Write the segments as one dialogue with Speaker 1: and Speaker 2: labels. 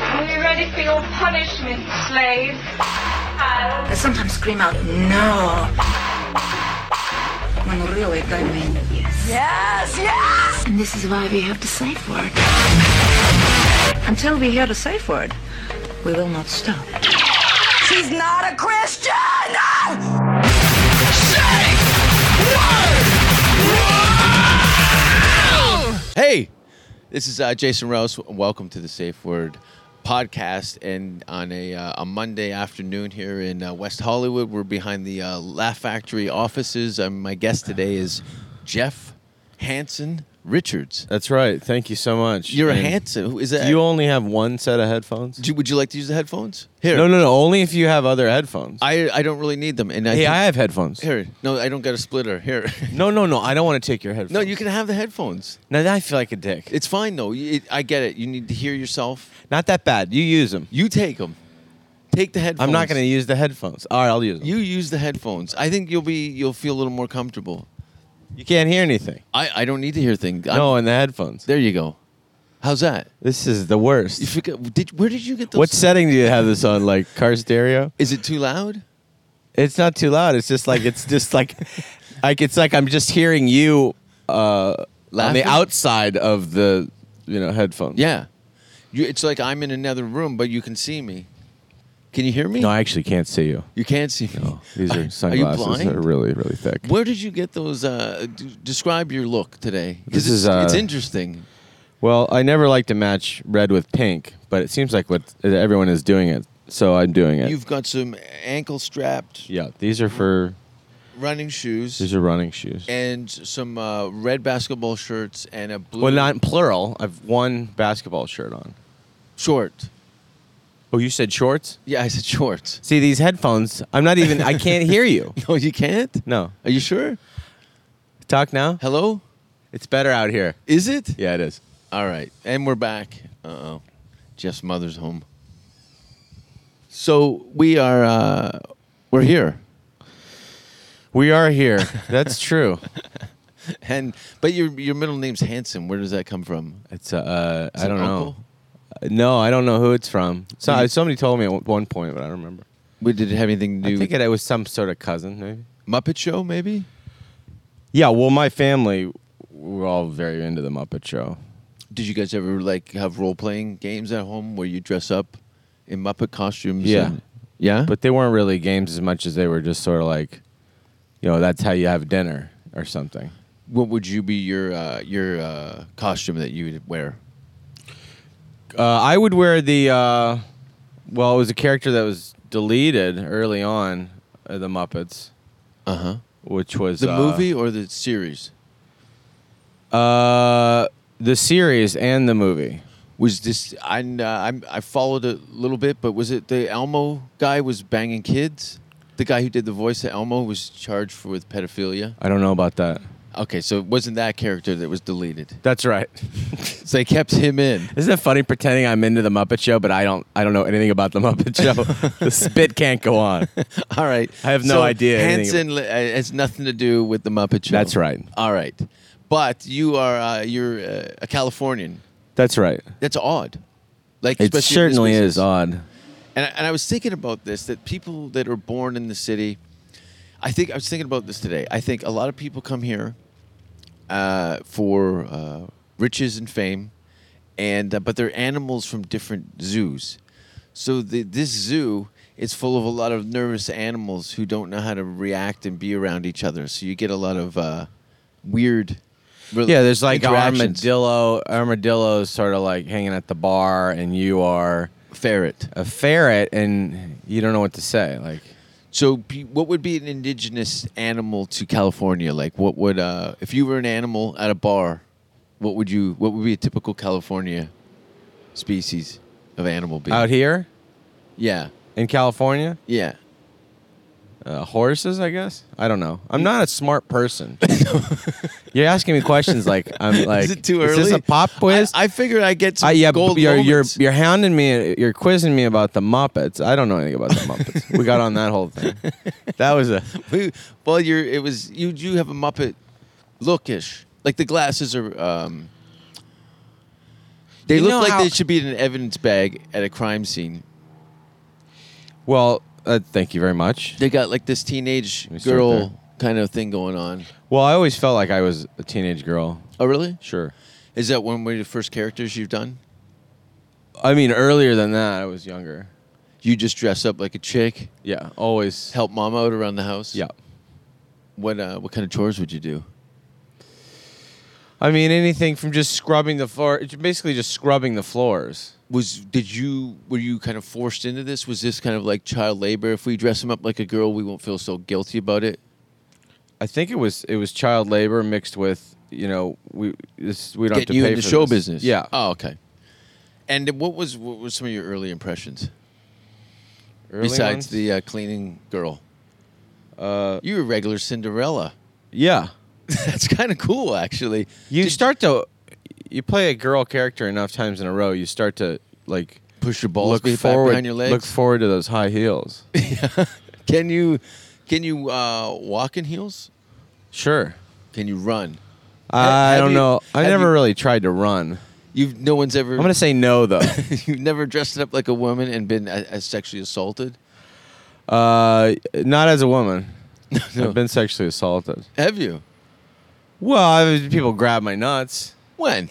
Speaker 1: Are you ready for your punishment, slave?
Speaker 2: I sometimes scream out, no. When really I mean, yes. Yes, yes! And this is why we have the safe word. Until we hear the safe word, we will not stop. She's not a Christian!
Speaker 3: Hey, this is uh, Jason Rose. Welcome to the Safe Word podcast. And on a, uh, a Monday afternoon here in uh, West Hollywood, we're behind the uh, Laugh Factory offices. Um, my guest today is Jeff Hanson Richards.
Speaker 4: That's right. Thank you so much.
Speaker 3: You're a
Speaker 4: And
Speaker 3: Hanson. Who is
Speaker 4: Do
Speaker 3: that?
Speaker 4: you only have one set of headphones?
Speaker 3: Do- would you like to use the headphones? Here.
Speaker 4: No, no, no. Only if you have other headphones.
Speaker 3: I, I don't really need them. And I
Speaker 4: hey,
Speaker 3: think-
Speaker 4: I have headphones.
Speaker 3: Here. No, I don't got a splitter. Here.
Speaker 4: No, no, no. I don't want to take your headphones.
Speaker 3: no, you can have the headphones.
Speaker 4: Now that I feel like a dick.
Speaker 3: It's fine, though. You- It, I get it. You need to hear yourself.
Speaker 4: Not that bad. You use them.
Speaker 3: You take them. Take the headphones.
Speaker 4: I'm not going to use the headphones. All right, I'll use them.
Speaker 3: You use the headphones. I think you'll be you'll feel a little more comfortable.
Speaker 4: You can't hear anything.
Speaker 3: I, I don't need to hear things. I'm-
Speaker 4: No, in the headphones.
Speaker 3: there you go. How's that?
Speaker 4: This is the
Speaker 3: You
Speaker 4: worst.
Speaker 3: forgot, did where did you get those?
Speaker 4: What setting do you have this on? Like car stereo?
Speaker 3: is it too loud?
Speaker 4: It's not too loud. It's just like it's just like, like it's like I'm just hearing you uh, on
Speaker 3: Laughing?
Speaker 4: the outside of the you know headphones.
Speaker 3: Yeah. You, it's like I'm in another room, but you can see me. Can you hear me?
Speaker 4: No, I actually can't see you.
Speaker 3: you can't see me.
Speaker 4: No, Oh, these
Speaker 3: Are
Speaker 4: are
Speaker 3: you
Speaker 4: sunglasses. They're
Speaker 3: blind?
Speaker 4: really, really thick.
Speaker 3: Where did you get those? Uh, d- describe your look today. 'Cause
Speaker 4: This
Speaker 3: it's,
Speaker 4: is, uh,
Speaker 3: it's interesting.
Speaker 4: Well, I never like to match red with pink, but it seems like what everyone is doing it, so I'm doing it.
Speaker 3: You've got some ankle strapped
Speaker 4: yeah, these are for
Speaker 3: running shoes
Speaker 4: these are running shoes.
Speaker 3: and some uh, red basketball shirts and a blue
Speaker 4: Well, not in plural. I've one basketball shirt on.
Speaker 3: short.
Speaker 4: Oh, you said shorts?
Speaker 3: Yeah, I said shorts.
Speaker 4: See these headphones? I'm not even. I can't hear you.
Speaker 3: No, you can't?
Speaker 4: No,
Speaker 3: Are you sure?
Speaker 4: talk now.
Speaker 3: Hello?
Speaker 4: It's better out here.
Speaker 3: Is it?
Speaker 4: Yeah, it is.
Speaker 3: All right. And we're back. Uh oh. Jeff's mother's home. So we are, uh, we're here.
Speaker 4: We are here. That's true.
Speaker 3: And, but your, your middle name's Hanson. Where does that come from?
Speaker 4: It's uh,
Speaker 3: Is
Speaker 4: I
Speaker 3: it
Speaker 4: don't know.
Speaker 3: uncle?
Speaker 4: No, I don't know who it's from. So,
Speaker 3: Did-
Speaker 4: somebody told me at one point, but I don't remember.
Speaker 3: We did it have anything to do
Speaker 4: I
Speaker 3: with
Speaker 4: think it, was some sort of cousin, maybe.
Speaker 3: Muppet Show, maybe?
Speaker 4: Yeah, well, my family were all very into the Muppet Show.
Speaker 3: Did you guys ever like have role playing games at home where you dress up in Muppet costumes?
Speaker 4: Yeah.
Speaker 3: and- yeah.
Speaker 4: But they weren't really games as much as they were just sort of like, you know, that's how you have dinner or something.
Speaker 3: what would you be your uh, your uh, costume that you would wear?
Speaker 4: Uh, I would wear the, uh, well, it was a character that was deleted early on, uh, the Muppets,
Speaker 3: Uh huh.
Speaker 4: which was
Speaker 3: The
Speaker 4: uh,
Speaker 3: movie or the series?
Speaker 4: Uh, the series and the movie.
Speaker 3: Was this? I uh, I'm, I followed a little bit, but was it the Elmo guy was banging kids? The guy who did the voice of Elmo was charged for with pedophilia.
Speaker 4: I don't know about that.
Speaker 3: Okay, so it wasn't that character that was deleted.
Speaker 4: That's right.
Speaker 3: So they kept him in.
Speaker 4: Isn't it funny pretending I'm into the Muppet Show, but I don't? I don't know anything about the Muppet Show. the spit can't go on.
Speaker 3: All right.
Speaker 4: I have no
Speaker 3: So
Speaker 4: idea anything
Speaker 3: Hanson li- uh, has nothing to do with the Muppet Show.
Speaker 4: That's right.
Speaker 3: All right, but you are uh, you're uh, a Californian.
Speaker 4: That's right.
Speaker 3: That's odd. Like
Speaker 4: It
Speaker 3: especially in this
Speaker 4: certainly
Speaker 3: business.
Speaker 4: is odd.
Speaker 3: And I, and I was thinking about this that people that are born in the city, I think I was thinking about this today. I think a lot of people come here uh, for uh, riches and fame, and uh, but they're animals from different zoos. So the, this zoo is full of a lot of nervous animals who don't know how to react and be around each other. So you get a lot of uh, weird. rela-
Speaker 4: Yeah, there's like
Speaker 3: interactions.
Speaker 4: armadillo. Armadillo's sort of like hanging at the bar, and you are
Speaker 3: ferret.
Speaker 4: a ferret, and you don't know what to say. Like,
Speaker 3: So, be- what would be an indigenous animal to California? Like, what would uh, if you were an animal at a bar? What would you? What would be a typical California species of animal be?
Speaker 4: out here
Speaker 3: yeah,
Speaker 4: in California,
Speaker 3: yeah.
Speaker 4: uh, horses, I guess. I don't know. I'm not a smart person. You're asking me questions like I'm like.
Speaker 3: is it too
Speaker 4: Is
Speaker 3: early?
Speaker 4: this a pop quiz?
Speaker 3: I, I figured I get some
Speaker 4: I, yeah,
Speaker 3: gold
Speaker 4: but you're, you're
Speaker 3: moments.
Speaker 4: you're hounding me. You're quizzing me about the Muppets. I don't know anything about the Muppets. we got on that whole thing. That was a
Speaker 3: We- well, you're. It was you. You have a Muppet lookish. Like the glasses are. Um, They
Speaker 4: You
Speaker 3: look
Speaker 4: know
Speaker 3: like
Speaker 4: how-
Speaker 3: they should be in an evidence bag at a crime scene.
Speaker 4: Well, uh, thank you very much.
Speaker 3: They got like this teenage
Speaker 4: Let me start
Speaker 3: girl
Speaker 4: there.
Speaker 3: kind of thing going on.
Speaker 4: Well, I always felt like I was a teenage girl.
Speaker 3: Oh, really?
Speaker 4: Sure.
Speaker 3: Is that one of the first characters you've done?
Speaker 4: I mean, earlier than that, I was younger.
Speaker 3: You just dress up like a chick,
Speaker 4: Yeah, always.
Speaker 3: help mom out around the house.
Speaker 4: Yeah.
Speaker 3: What uh, what kind of chores would you do?
Speaker 4: I mean, anything from just scrubbing the floor, it's basically just scrubbing the floors.
Speaker 3: Was did you were you kind of forced into this? Was this kind of like child labor? If we dress him up like a girl, we won't feel so guilty about it.
Speaker 4: I think it was it was child labor mixed with you know we this we don't have
Speaker 3: Get
Speaker 4: to
Speaker 3: you
Speaker 4: pay
Speaker 3: into
Speaker 4: for
Speaker 3: show
Speaker 4: this.
Speaker 3: business.
Speaker 4: Yeah.
Speaker 3: Oh, okay. And what was what were some of your early impressions
Speaker 4: Early
Speaker 3: besides
Speaker 4: ones?
Speaker 3: the uh, cleaning girl?
Speaker 4: uh,
Speaker 3: You were regular Cinderella.
Speaker 4: yeah,
Speaker 3: That's kind of cool, actually.
Speaker 4: you
Speaker 3: Did
Speaker 4: start to you play a girl character enough times in a row, you start to like
Speaker 3: push your balls
Speaker 4: look
Speaker 3: be- back
Speaker 4: forward
Speaker 3: behind your legs.
Speaker 4: look forward to those high heels.
Speaker 3: Can you can you uh, walk in heels?
Speaker 4: sure.
Speaker 3: Can you run?
Speaker 4: I
Speaker 3: have
Speaker 4: don't
Speaker 3: you-
Speaker 4: know. I
Speaker 3: have
Speaker 4: never
Speaker 3: you-
Speaker 4: really tried to run.
Speaker 3: You've no one's ever
Speaker 4: I'm gonna say no though.
Speaker 3: you've never dressed up like a woman and been uh, uh, sexually assaulted.
Speaker 4: uh, not as a woman.
Speaker 3: No.
Speaker 4: I've been sexually assaulted.
Speaker 3: Have you?
Speaker 4: Well, I've, people grab my nuts.
Speaker 3: When?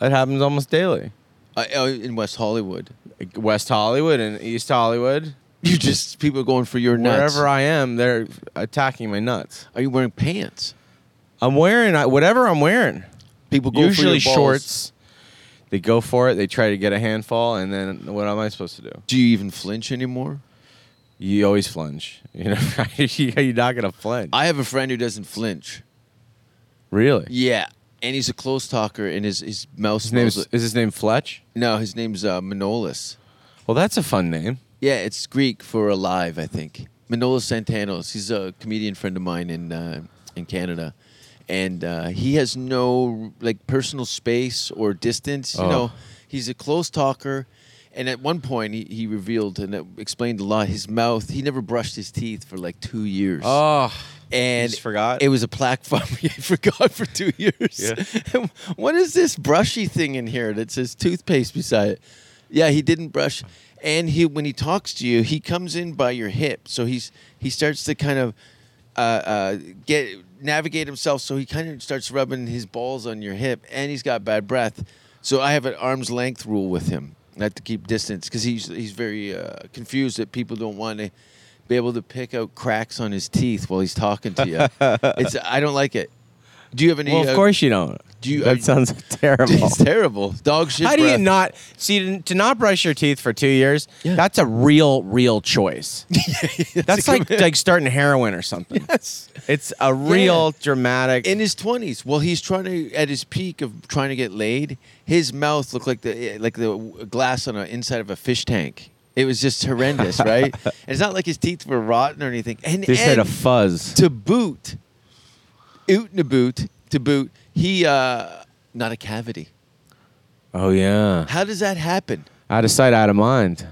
Speaker 4: It happens almost daily.
Speaker 3: Uh, uh, in West Hollywood,
Speaker 4: West Hollywood and East Hollywood.
Speaker 3: you just people are going for your nuts.
Speaker 4: Wherever I am, they're attacking my nuts.
Speaker 3: are you wearing pants?
Speaker 4: I'm wearing I, whatever I'm wearing.
Speaker 3: People go
Speaker 4: Usually
Speaker 3: for your balls.
Speaker 4: shorts. They go for it. They try to get a handfall, and then what am I supposed to do?
Speaker 3: Do you even flinch anymore?
Speaker 4: You always flinch. You know, you're not gonna flinch.
Speaker 3: I have a friend who doesn't flinch.
Speaker 4: really?
Speaker 3: Yeah, and he's a close talker, and his his mouth
Speaker 4: His name
Speaker 3: smells.
Speaker 4: is, is his name Fletch.
Speaker 3: no, his name's uh, Manolis.
Speaker 4: Well, that's a fun name.
Speaker 3: Yeah, it's Greek for alive, I think. Manolis Santanos. He's a comedian friend of mine in uh, in Canada, and uh, he has no like personal space or distance. You
Speaker 4: Oh.
Speaker 3: know, he's a close talker, and at one point he, he revealed and it explained a lot. His mouth. He never brushed his teeth for like two years.
Speaker 4: Oh,
Speaker 3: Ah. And
Speaker 4: just forgot?
Speaker 3: it was a plaque for me. I forgot for two years.
Speaker 4: Yeah.
Speaker 3: what is this brushy thing in here that says toothpaste beside it? Yeah, he didn't brush. And he when he talks to you, he comes in by your hip. So he's he starts to kind of uh, uh, get navigate himself. So he kind of starts rubbing his balls on your hip, and he's got bad breath. So I have an arm's length rule with him, not to keep distance, because he's he's very uh, confused that people don't want to be able to pick out cracks on his teeth while he's talking to you. it's I don't like it. Do you have any?
Speaker 4: well, of
Speaker 3: uh,
Speaker 4: course you don't.
Speaker 3: do you-
Speaker 4: that
Speaker 3: are-
Speaker 4: sounds terrible.
Speaker 3: It's terrible. Dog shit.
Speaker 4: How do you
Speaker 3: breath.
Speaker 4: not see to- to not brush your teeth for two years?
Speaker 3: Yeah.
Speaker 4: That's a real, real choice. that's like like starting heroin or something.
Speaker 3: Yes.
Speaker 4: It's a real dramatic.
Speaker 3: in his twenties. Well, he's trying to at his peak of trying to get laid. His mouth looked like the like the glass on the inside of a fish tank. It was just horrendous, right? And it's not like his teeth were rotten or anything. And,
Speaker 4: this had a
Speaker 3: and
Speaker 4: fuzz.
Speaker 3: to boot, oot boot to boot. He uh, not a cavity.
Speaker 4: oh yeah,
Speaker 3: How does that happen?
Speaker 4: out of sight, out of mind.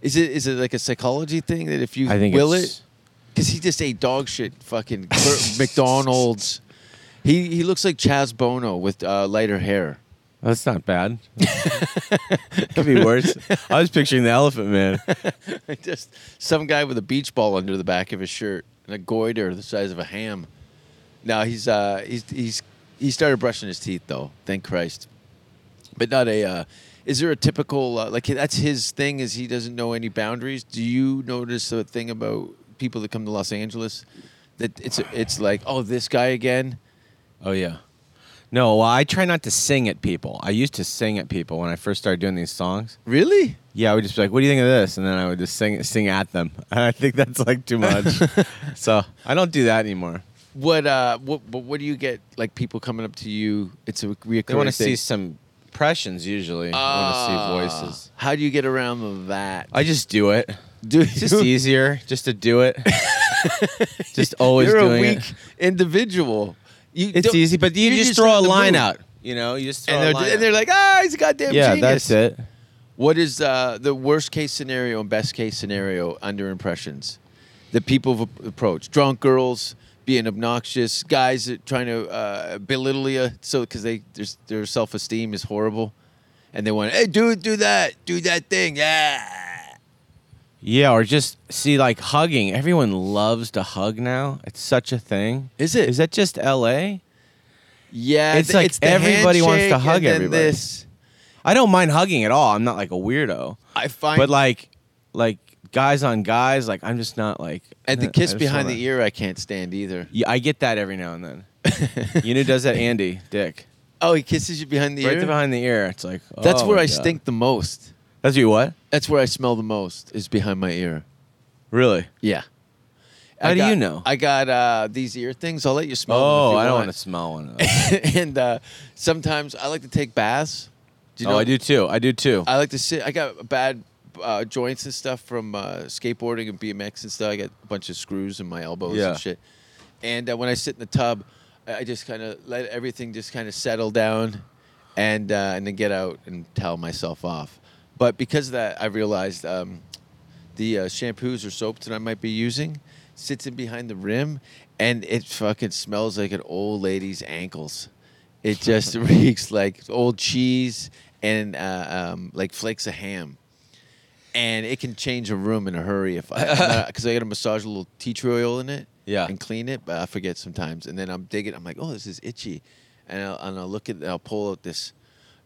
Speaker 3: Is it is it like a psychology thing that if you
Speaker 4: I think
Speaker 3: will
Speaker 4: it's-
Speaker 3: it, because he just ate dog shit, fucking Bur- McDonald's. He he looks like Chaz Bono with uh, lighter hair.
Speaker 4: That's not bad. Could be worse. I was picturing the Elephant Man.
Speaker 3: just some guy with a beach ball under the back of his shirt and a goiter the size of a ham. Now he's uh he's he's he started brushing his teeth though, thank Christ. But not a. Uh, is there a typical uh, like that's his thing? Is he doesn't know any boundaries? Do you notice a thing about people that come to Los Angeles that it's it's like oh this guy again?
Speaker 4: Oh yeah. No, well, I try not to sing at people. I used to sing at people when I first started doing these songs.
Speaker 3: Really?
Speaker 4: Yeah, I would just be like, "What do you think of this?" And then I would just sing sing at them. And I think that's like too much. so I don't do that anymore.
Speaker 3: What uh what what, what do you get like people coming up to you? It's a reoccurring.
Speaker 4: They want to see
Speaker 3: thing.
Speaker 4: some impressions usually. I want to see
Speaker 3: Ah.
Speaker 4: voices.
Speaker 3: How do you get around that?
Speaker 4: I just do it.
Speaker 3: Do
Speaker 4: It's just
Speaker 3: you-
Speaker 4: easier just to do it. just always
Speaker 3: You're a
Speaker 4: doing
Speaker 3: weak
Speaker 4: it.
Speaker 3: individual. You
Speaker 4: It's
Speaker 3: don't-
Speaker 4: easy, but you,
Speaker 3: not
Speaker 4: just, throw a
Speaker 3: in the
Speaker 4: line
Speaker 3: mood.
Speaker 4: out. You know, you just throw
Speaker 3: and
Speaker 4: a
Speaker 3: they're
Speaker 4: line
Speaker 3: and they're
Speaker 4: out.
Speaker 3: like, ah, he's a goddamn
Speaker 4: yeah,
Speaker 3: genius.
Speaker 4: that's it.
Speaker 3: What is uh, the worst case scenario and best case scenario under impressions that people have ap- approached? Drunk girls being obnoxious, guys that trying to uh, belittle you so because they their, their self esteem is horrible, and they went, "Hey, dude, do that, do that thing, yeah."
Speaker 4: Yeah, or just see like hugging. Everyone loves to hug now. It's such a thing.
Speaker 3: Is it?
Speaker 4: Is that just L.A.?
Speaker 3: Yeah,
Speaker 4: It's
Speaker 3: th-
Speaker 4: like
Speaker 3: the
Speaker 4: everybody wants to
Speaker 3: handshake
Speaker 4: hug
Speaker 3: and then
Speaker 4: everybody.
Speaker 3: This,
Speaker 4: I don't mind hugging at all. I'm not like a weirdo.
Speaker 3: I find,
Speaker 4: But like, like guys on guys, like I'm just not like.
Speaker 3: and the
Speaker 4: I
Speaker 3: kiss
Speaker 4: just
Speaker 3: behind
Speaker 4: wanna-
Speaker 3: the ear, I can't stand either.
Speaker 4: Yeah, I get that every now and then. you know, who does that Andy Dick
Speaker 3: oh, he kisses you behind the
Speaker 4: right
Speaker 3: ear.
Speaker 4: there behind the ear? It's like
Speaker 3: That's
Speaker 4: oh
Speaker 3: where
Speaker 4: my
Speaker 3: I
Speaker 4: God.
Speaker 3: stink the most.
Speaker 4: That's you what?
Speaker 3: That's where I smell the most is behind my ear.
Speaker 4: Really?
Speaker 3: Yeah.
Speaker 4: How
Speaker 3: I
Speaker 4: do you
Speaker 3: got-
Speaker 4: know?
Speaker 3: I got uh, these ear things. I'll let you smell
Speaker 4: Oh,
Speaker 3: them. if
Speaker 4: I
Speaker 3: you
Speaker 4: don't
Speaker 3: want
Speaker 4: want to smell one. Of
Speaker 3: and uh, sometimes I like to take baths. Do
Speaker 4: oh, I do Uh, too. I do too.
Speaker 3: I like to sit. I got bad uh, joints and stuff from uh, skateboarding and BMX and stuff. I got a bunch of screws in my elbows
Speaker 4: Yeah.
Speaker 3: and shit. And uh, when I sit in the tub, I I just kind of let everything just kind of settle down, and uh, and then get out and towel myself off. But because of that, I realized um, the uh, shampoos or soaps that I might be using sits in behind the rim, and it fucking smells like an old lady's ankles. It just reeks like old cheese and uh, um, like flakes of ham. And it can change a room in a hurry if I because I got to massage a little tea tree oil in it,
Speaker 4: Yeah.
Speaker 3: and clean it. But I forget sometimes, and then I'm digging. I'm like, oh, this is itchy, and I'll, and I'll look at, I'll pull out this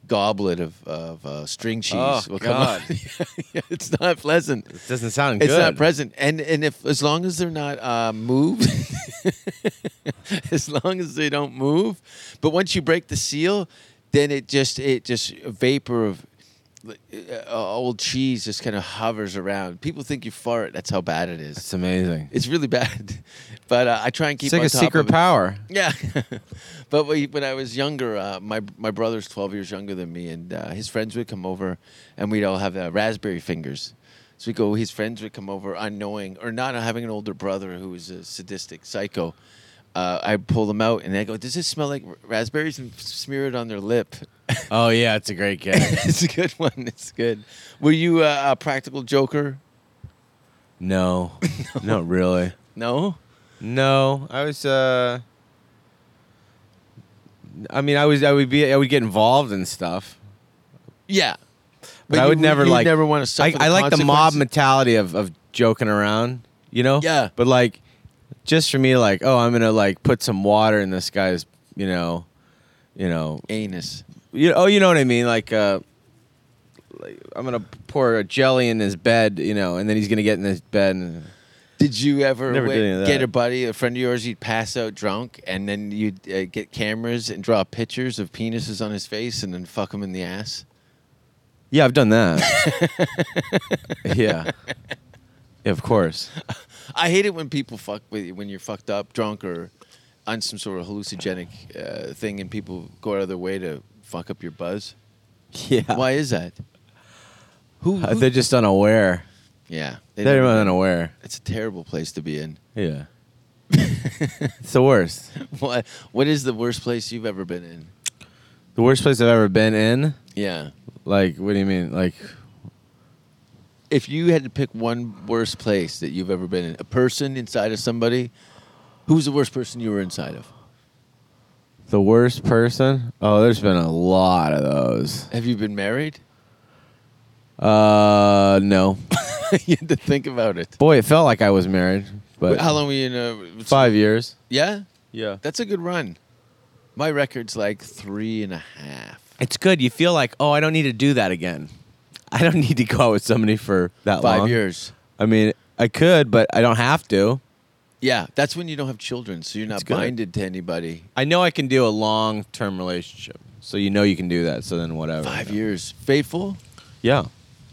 Speaker 3: goblet of of uh, string cheese.
Speaker 4: Oh,
Speaker 3: will come out.
Speaker 4: God.
Speaker 3: it's not pleasant.
Speaker 4: It doesn't sound
Speaker 3: It's
Speaker 4: good.
Speaker 3: not present, and and if as long as they're not uh, moved, as long as they don't move, but once you break the seal, then it just it just a vapor of like, uh, old cheese just kind of hovers around. People think you fart. That's how bad it is.
Speaker 4: It's amazing.
Speaker 3: It's really bad, but uh, I try and keep.
Speaker 4: It's like
Speaker 3: on
Speaker 4: a
Speaker 3: top
Speaker 4: secret
Speaker 3: of it.
Speaker 4: power.
Speaker 3: Yeah, but we, when I was younger, uh, my my brother's twelve years younger than me, and uh, his friends would come over, and we'd all have uh, raspberry fingers. So we go. His friends would come over, unknowing or not having an older brother who was a sadistic psycho. Uh, I pull them out, and I go, "Does this smell like r- raspberries?" And smear it on their lip.
Speaker 4: Oh yeah, it's a great game.
Speaker 3: it's a good one. It's good. Were you uh, a practical joker?
Speaker 4: no, not really.
Speaker 3: No.
Speaker 4: No, I was. uh I mean, I was. I would be. I would get involved in stuff.
Speaker 3: Yeah.
Speaker 4: But I would
Speaker 3: you-
Speaker 4: never
Speaker 3: you'd
Speaker 4: like.
Speaker 3: Never want to.
Speaker 4: I, I like the mob
Speaker 3: consequences?
Speaker 4: mentality of of joking around. You know.
Speaker 3: Yeah.
Speaker 4: But like, just for me, like, oh, I'm gonna like put some water in this guy's. You know. You know.
Speaker 3: Anus.
Speaker 4: You oh, you know what I mean? Like, uh, like I'm gonna pour a jelly in his bed. You know, and then he's gonna get in his bed. And,
Speaker 3: Did you ever
Speaker 4: Never
Speaker 3: wa-
Speaker 4: did any of that.
Speaker 3: get a buddy, a friend of yours, you'd pass out drunk, and then you'd uh, get cameras and draw pictures of penises on his face and then fuck him in the ass?
Speaker 4: Yeah, I've done that. yeah. Yeah, Of course.
Speaker 3: I hate it when people fuck with you, when you're fucked up, drunk, or on some sort of hallucinogenic uh, thing, and people go out of their way to fuck up your buzz.
Speaker 4: Yeah.
Speaker 3: Why is that? Who?
Speaker 4: Uh,
Speaker 3: who-
Speaker 4: they're just unaware.
Speaker 3: yeah. They
Speaker 4: They're
Speaker 3: don't-
Speaker 4: unaware.
Speaker 3: It's a terrible place to be in.
Speaker 4: Yeah. it's the worst.
Speaker 3: What? What is the worst place you've ever been in?
Speaker 4: The worst place I've ever been in.
Speaker 3: Yeah.
Speaker 4: Like, what do you mean? Like,
Speaker 3: if you had to pick one worst place that you've ever been in, a person inside of somebody, who's the worst person you were inside of?
Speaker 4: the worst person? Oh, there's been a lot of those.
Speaker 3: Have you been married?
Speaker 4: Uh, no.
Speaker 3: you had to think about it.
Speaker 4: Boy, it felt like I was married, but
Speaker 3: How long were you in a
Speaker 4: five years.
Speaker 3: Yeah,
Speaker 4: Yeah.
Speaker 3: that's a good run. My record's like three and a half.
Speaker 4: It's good. You feel like, oh, I don't need to do that again. I don't need to go out with somebody for that long.
Speaker 3: Five years.
Speaker 4: I mean, I could, but I don't have to.
Speaker 3: Yeah, that's when you don't have children, so you're
Speaker 4: That's
Speaker 3: not
Speaker 4: good.
Speaker 3: binded to anybody.
Speaker 4: I know I can do a long term relationship. So you know you can do that. So then whatever.
Speaker 3: Five years, faithful.
Speaker 4: Yeah.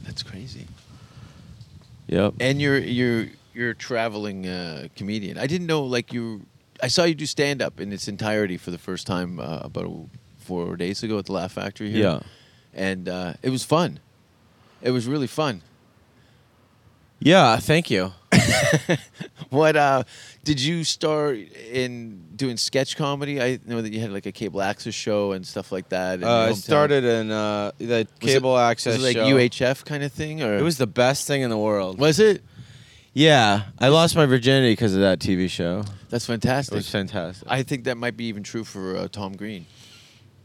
Speaker 3: That's crazy.
Speaker 4: Yep.
Speaker 3: And you're you're you're a traveling uh, comedian. I didn't know like you. I saw you do stand up in its entirety for the first time uh, about four days ago at the Laugh Factory here.
Speaker 4: Yeah.
Speaker 3: and uh, it was fun. It was really fun.
Speaker 4: Yeah, thank you.
Speaker 3: What uh, did you start in doing sketch comedy? I know that you had like a cable access show and stuff like that. in
Speaker 4: Uh,
Speaker 3: your
Speaker 4: I
Speaker 3: hometown.
Speaker 4: started in uh, the
Speaker 3: Was it-
Speaker 4: cable
Speaker 3: was it
Speaker 4: access
Speaker 3: like
Speaker 4: show.
Speaker 3: UHF kind of thing, or
Speaker 4: It was the best thing in the world.
Speaker 3: was it?
Speaker 4: Yeah, I lost my virginity because of that TV show.
Speaker 3: That's
Speaker 4: It
Speaker 3: fantastic.
Speaker 4: was fantastic.
Speaker 3: I think that might be even true for uh, Tom Green.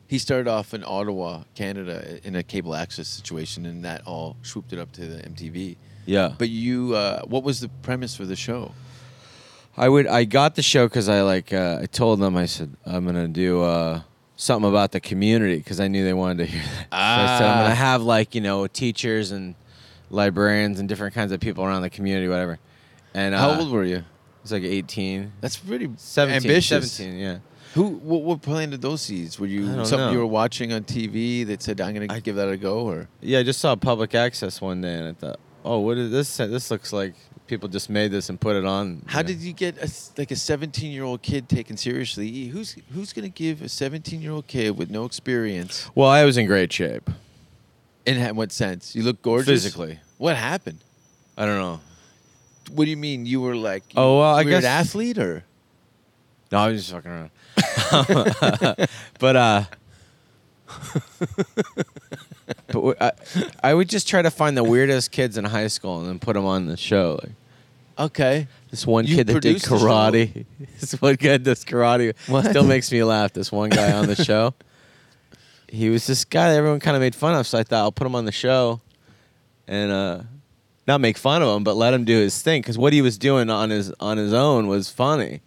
Speaker 3: He started off in Ottawa, Canada, in a cable access situation, and that all swooped it up to the MTV.
Speaker 4: Yeah.
Speaker 3: But you, uh, what was the premise for the show?
Speaker 4: I would. I got the show because I like. Uh, I told them I said I'm gonna do uh, something about the community because I knew they wanted to hear that. So I said I'm
Speaker 3: Ah.
Speaker 4: gonna have like you know teachers and librarians and different kinds of people around the community, whatever. And uh,
Speaker 3: How old were you?
Speaker 4: It's like 18,
Speaker 3: That's pretty
Speaker 4: 17,
Speaker 3: ambitious.
Speaker 4: 17. Yeah.
Speaker 3: Who? What, what planted those seeds? Were you
Speaker 4: I don't
Speaker 3: something
Speaker 4: know.
Speaker 3: you were watching on TV that said, "I'm going to give that a go"? Or
Speaker 4: Yeah, I just saw public access one day, and I thought, oh, what is this? This looks like people just made this and put it on.
Speaker 3: how
Speaker 4: know.
Speaker 3: did you get a, s- like a 17 year old kid taken seriously? Who's who's going to give a 17 year old kid with no experience?
Speaker 4: Well, I was in great shape.
Speaker 3: In ha- what sense? You look gorgeous
Speaker 4: Physically.
Speaker 3: What happened?
Speaker 4: I don't know.
Speaker 3: What do you mean? You were like you
Speaker 4: Oh, well, I
Speaker 3: weird
Speaker 4: guess-
Speaker 3: athlete or
Speaker 4: No, I was just fucking around. but uh, but w- I, I would just try to find the weirdest kids in high school and then put them on the show. Like
Speaker 3: okay?
Speaker 4: this one
Speaker 3: You
Speaker 4: kid that did
Speaker 3: produced the show?
Speaker 4: karate. this one guy does karate.
Speaker 3: What?
Speaker 4: Still makes me laugh. This one guy on the show. He was this guy that everyone kind of made fun of, so I thought I'll put him on the show, and uh, not make fun of him, but let him do his thing. Because what he was doing on his on his own was funny,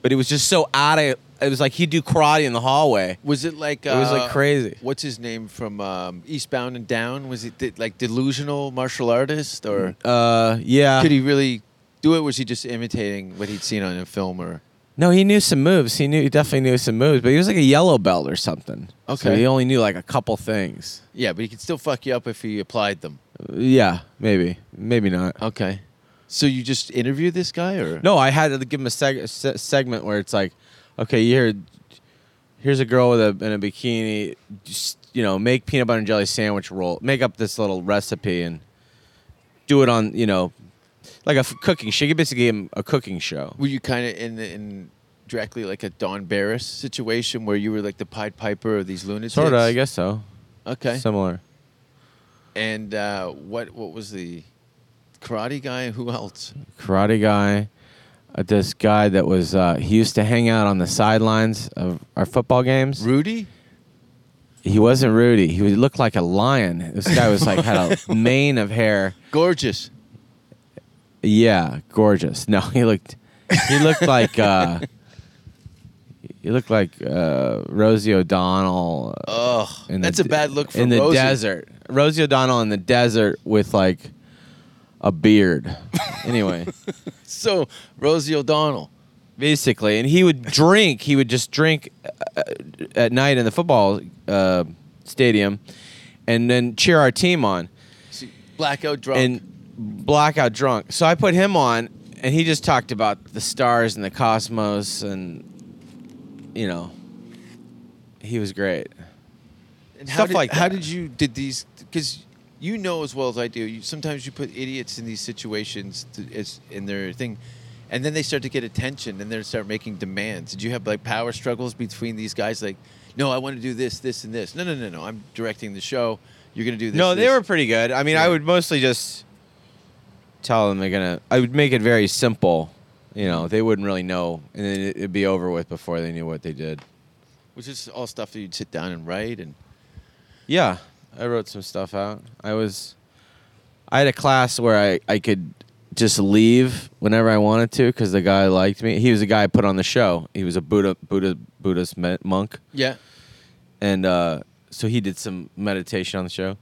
Speaker 4: but it was just so out of. It was like he'd do karate in the hallway.
Speaker 3: Was it like
Speaker 4: It was, like,
Speaker 3: uh,
Speaker 4: crazy.
Speaker 3: What's his name from um, Eastbound and Down? Was it did, like delusional martial artist or
Speaker 4: Uh, yeah.
Speaker 3: could he really do it? Was he just imitating what he'd seen on a film or?
Speaker 4: No, he knew some moves. He knew he definitely knew some moves, but he was like a yellow belt or something. so
Speaker 3: Okay.
Speaker 4: he only knew like a couple things.
Speaker 3: Yeah, but he could still fuck you up if he applied them.
Speaker 4: Yeah, maybe, maybe not.
Speaker 3: Okay. So you just interview this guy or
Speaker 4: No, I had to give him a, seg- a se- segment where it's like, okay, here, here's a girl with a in a bikini. Just you know, make peanut butter and jelly sandwich roll. Make up this little recipe and do it on you know, like a f- cooking. She could basically give him a cooking show.
Speaker 3: Were you kind of in the, in directly like a Don Barris situation where you were like the Pied Piper of these lunatics?
Speaker 4: Sort of, I guess so.
Speaker 3: Okay.
Speaker 4: Similar.
Speaker 3: and uh, what what was the karate guy? Who else?
Speaker 4: karate guy. uh, This guy that was uh, he used to hang out on the sidelines of our football games.
Speaker 3: Rudy.
Speaker 4: He wasn't Rudy. He was- looked like a lion. This guy was like had a mane of hair.
Speaker 3: Gorgeous.
Speaker 4: Yeah, gorgeous. No, he looked he looked like uh, he looked like uh, Rosie O'Donnell. uh,
Speaker 3: Ugh.
Speaker 4: in the
Speaker 3: That's a
Speaker 4: de-
Speaker 3: bad look for
Speaker 4: in the
Speaker 3: Rosie.
Speaker 4: desert. Rosie O'Donnell in the desert with like a beard. Anyway.
Speaker 3: So Rosie O'Donnell.
Speaker 4: basically. And he would drink. He would just drink uh, at night in the football uh, stadium, and then cheer our team on
Speaker 3: She- blackout drunk.
Speaker 4: and blackout drunk. So I put him on, and he just talked about the stars and the cosmos, and you know, he was great.
Speaker 3: And how
Speaker 4: Stuff
Speaker 3: did,
Speaker 4: like
Speaker 3: How
Speaker 4: that.
Speaker 3: did you did these? Because you know as well as I do. You, sometimes you put idiots in these situations to, as in their thing, and then they start to get attention and they start making demands. Did you have like power struggles between these guys? Like, no, I want to do this, this, and this. No, no, no, no. I'm directing the show. You're gonna do this.
Speaker 4: no, they
Speaker 3: this.
Speaker 4: were pretty good. I mean, I
Speaker 3: Yeah.
Speaker 4: would mostly just tell them they're gonna. I would make it very simple. You know, they wouldn't really know, and then it- it'd be over with before they knew what they did.
Speaker 3: which is all stuff that you'd sit down and write and.
Speaker 4: Yeah, I wrote some stuff out. I was, I had a class where I, I could just leave whenever I wanted to because the guy liked me. He was a guy I put on the show. He was a Buddha Buddha Buddhist me- monk,
Speaker 3: Yeah.
Speaker 4: and uh, so he did some meditation on the show.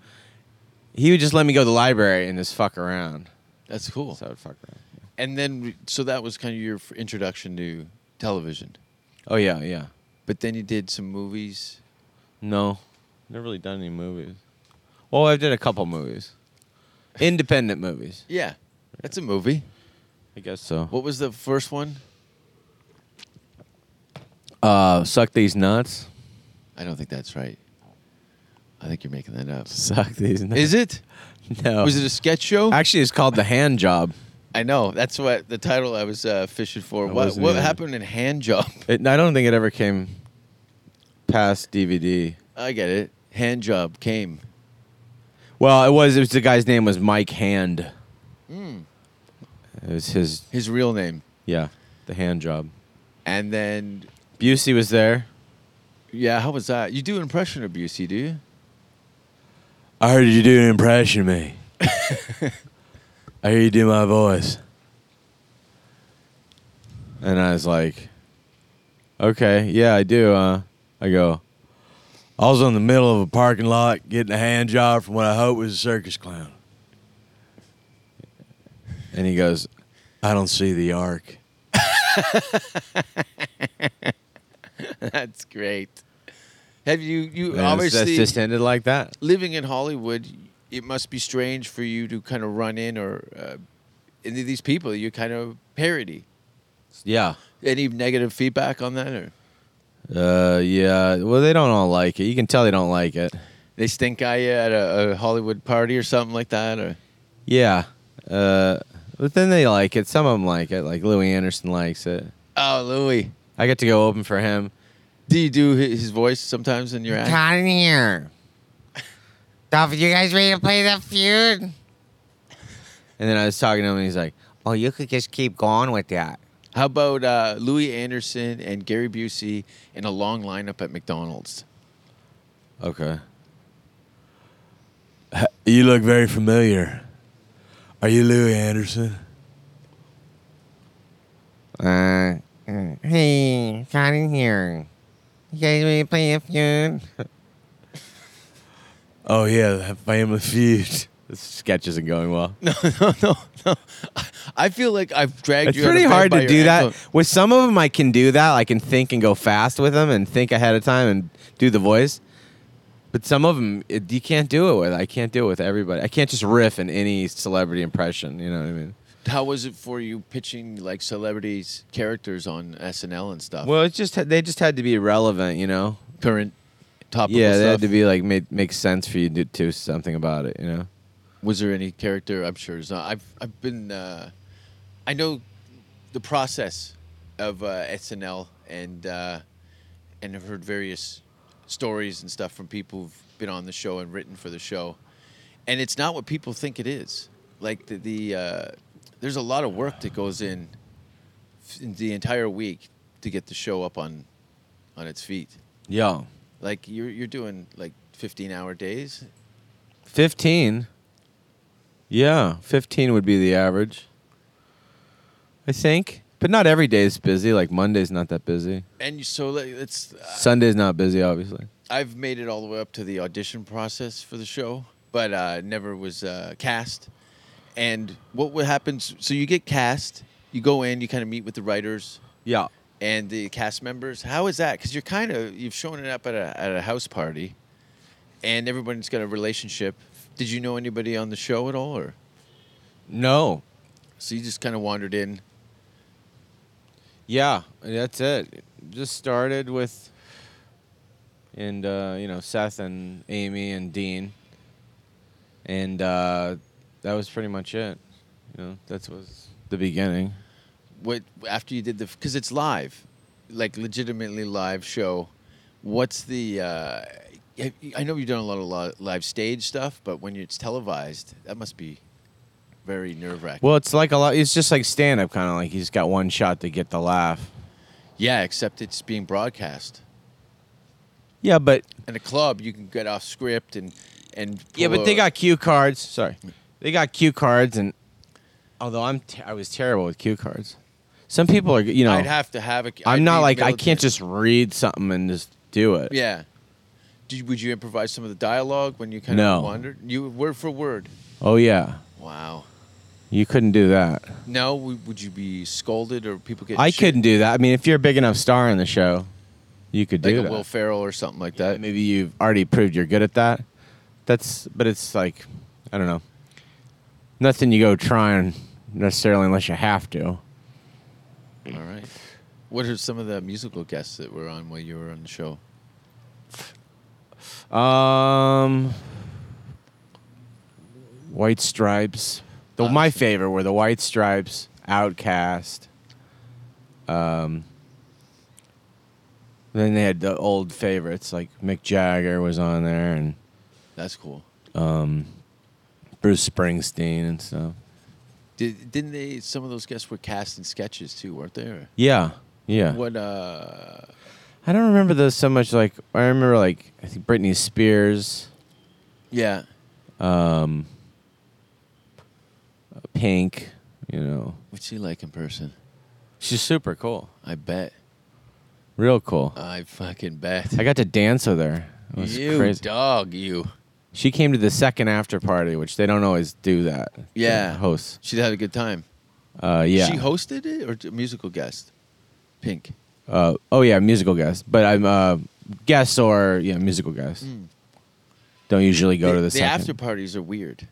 Speaker 4: He would just let me go to the library and just fuck around.
Speaker 3: That's cool.
Speaker 4: So I would fuck around.
Speaker 3: And then, re- so that was kind of your f- introduction to television.
Speaker 4: Oh yeah, yeah.
Speaker 3: But then you did some movies.
Speaker 4: No, never really done any movies. Well, I've done a couple movies, independent movies.
Speaker 3: Yeah, that's a movie.
Speaker 4: I guess so.
Speaker 3: What was the first one?
Speaker 4: Uh, suck these nuts.
Speaker 3: I don't think that's right. I think you're making that up.
Speaker 4: Suck these nuts.
Speaker 3: Is it?
Speaker 4: No.
Speaker 3: Was it a sketch show?
Speaker 4: Actually, it's called the hand job.
Speaker 3: I know. That's what the title I was uh, fishing for.
Speaker 4: I
Speaker 3: What,
Speaker 4: wasn't
Speaker 3: what
Speaker 4: either.
Speaker 3: happened in Hand Job?
Speaker 4: It, I don't think it ever came past DVD.
Speaker 3: I get it. Hand Job came.
Speaker 4: Well, it was. It was the guy's name was Mike Hand.
Speaker 3: Hmm.
Speaker 4: It was his.
Speaker 3: His real name.
Speaker 4: Yeah, the hand job.
Speaker 3: And then
Speaker 4: Busey was there.
Speaker 3: Yeah, how was that? You do impression of Busey, do you?
Speaker 4: I heard you do an impression of me. I heard you do my voice. And I was like, okay, yeah, I do. Uh, I go, I was in the middle of a parking lot getting a hand job from what I hope was a circus clown. And he goes, I don't see the arc.
Speaker 3: That's great. Have you you
Speaker 4: And it's-
Speaker 3: obviously
Speaker 4: that's just ended like that.
Speaker 3: living in Hollywood? It must be strange for you to kind of run in or uh, into these people you kind of parody.
Speaker 4: Yeah.
Speaker 3: Any negative feedback on that, or
Speaker 4: Uh, yeah. Well, they don't all like it. You can tell they don't like it.
Speaker 3: they stink at you at a, a Hollywood party or something like that, or
Speaker 4: Yeah. Uh, but then they like it. Some of them like it. Like Louis Anderson likes it.
Speaker 3: oh Louis,
Speaker 4: I get to go open for him.
Speaker 3: do you do hi- his voice sometimes in your act?
Speaker 5: Todd in here. Dolphin, you guys ready to play the feud?
Speaker 4: And then I was talking to him, and he's like,
Speaker 5: Oh, you could just keep going with that.
Speaker 3: How about uh, Louis Anderson and Gary Busey in a long lineup at McDonald's?
Speaker 4: "Okay,
Speaker 6: You look very familiar. Are you Louis Anderson?
Speaker 5: Uh, mm, hey, Todd in here. You guys ready to play the feud?
Speaker 6: Oh yeah, that Family Feud.
Speaker 4: this sketch isn't going well."
Speaker 3: No, no, no, no. I- I feel like I've dragged
Speaker 4: It's
Speaker 3: you. out
Speaker 4: pretty
Speaker 3: of bed
Speaker 4: hard
Speaker 3: by
Speaker 4: to
Speaker 3: your
Speaker 4: do that.
Speaker 3: ankle.
Speaker 4: With some of them, I can do that. I can think and go fast with them, and think ahead of time and do the voice. But some of them, it, you can't do it with. I can't do it with everybody. I can't just riff in any celebrity impression. You know what I mean?
Speaker 3: How was it for you pitching like celebrities characters on SNL and stuff?
Speaker 4: Well, it's just they just had to be relevant. You know,
Speaker 3: current topical
Speaker 4: yeah, they
Speaker 3: stuff.
Speaker 4: had to be like make make sense for you to do something about it. You know,
Speaker 3: was there any character? I'm sure it's not. I've I've been. Uh, I know the process of uh, SNL and uh, and have heard various stories and stuff from people who've been on the show and written for the show, and it's not what people think it is. Like the the uh, there's a lot of work that goes in, f- the entire week to get the show up on on its feet.
Speaker 4: yeah,
Speaker 3: Like you're you're doing like 15 hour days.
Speaker 4: fifteen. Yeah, fifteen would be the average. I think, but not every day is busy. Like Monday's not that busy.
Speaker 3: And you- so like, it's
Speaker 4: Sunday's not busy, obviously.
Speaker 3: I've made it all the way up to the audition process for the show, but uh, never was uh, cast. And what would happen? So you get cast, you go in, you kind of meet with the writers
Speaker 4: Yeah,
Speaker 3: and the cast members. How is that? Because you're kind of you've shown it up at a at a house party, and everyone's got a relationship. Did you know anybody on the show at all, or
Speaker 4: no,
Speaker 3: so you just kind of wandered in?
Speaker 4: yeah, that's it. Just started with, and uh, you know Seth and Amy and Dean, and uh, that was pretty much it. You know, that was the beginning.
Speaker 3: what after you did the because it's live like legitimately live show what's the uh have you- i know you've done a lot of li- live stage stuff but when it's televised that must be very nerve-wracking
Speaker 4: Well, it's like a lot. It's just like stand up, kind of like he's got one shot to get the laugh.
Speaker 3: yeah except it's being broadcast
Speaker 4: Yeah, but
Speaker 3: in a club you can get off script and and
Speaker 4: yeah,
Speaker 3: pull Mm.
Speaker 4: but they
Speaker 3: a-
Speaker 4: got cue cards. Sorry, they got cue cards, and although I'm te- I was terrible with cue cards. Some people are, you know,
Speaker 3: i'd have to have a
Speaker 4: I'm
Speaker 3: I'd
Speaker 4: not
Speaker 3: be
Speaker 4: like I
Speaker 3: militant.
Speaker 4: can't just read something and just do it.
Speaker 3: yeah Did, you- would you improvise some of the dialogue when you kind
Speaker 4: No.
Speaker 3: of wandered you word for word
Speaker 4: Oh yeah,
Speaker 3: wow
Speaker 4: you couldn't do that.
Speaker 3: no w- would you be scolded or people get
Speaker 4: I
Speaker 3: shit?
Speaker 4: couldn't do that. I mean, if you're a big enough star in the show, you could
Speaker 3: like
Speaker 4: do
Speaker 3: a
Speaker 4: that.
Speaker 3: Will Ferrell or something like that.
Speaker 4: Maybe you've already proved you're good at that. That's, but it's like, I don't know, nothing you go trying necessarily unless you have to.
Speaker 3: All right. What are some of the musical guests that were on while you were on the show?
Speaker 4: Um, White Stripes. The, my favorite were the White Stripes, Outcast. Um, then they had the old favorites like Mick Jagger was on there and
Speaker 3: That's cool.
Speaker 4: Bruce Springsteen and stuff.
Speaker 3: Did didn't they? Some of those guests were cast in sketches too, weren't they? Or
Speaker 4: Yeah, yeah.
Speaker 3: What? Uh,
Speaker 4: I don't remember those so much. Like I remember, like I think Britney Spears,
Speaker 3: Yeah.
Speaker 4: um, Pink. You know,
Speaker 3: What's she like in person?
Speaker 4: she's super cool, Uh,
Speaker 3: I bet.
Speaker 4: real cool.
Speaker 3: I fucking bet.
Speaker 4: I got to dance with her. It was
Speaker 3: you
Speaker 4: crazy.
Speaker 3: dog, you.
Speaker 4: She came to the second after party, which they don't always do that.
Speaker 3: Yeah.
Speaker 4: The hosts.
Speaker 3: She had a good time.
Speaker 4: Uh, yeah.
Speaker 3: She hosted it or t- musical guest? Pink.
Speaker 4: uh, oh yeah, musical guest, but I'm uh, guest or yeah, musical guest. Don't usually go
Speaker 3: the,
Speaker 4: to Hmm. the,
Speaker 3: the
Speaker 4: second.
Speaker 3: after parties are weird.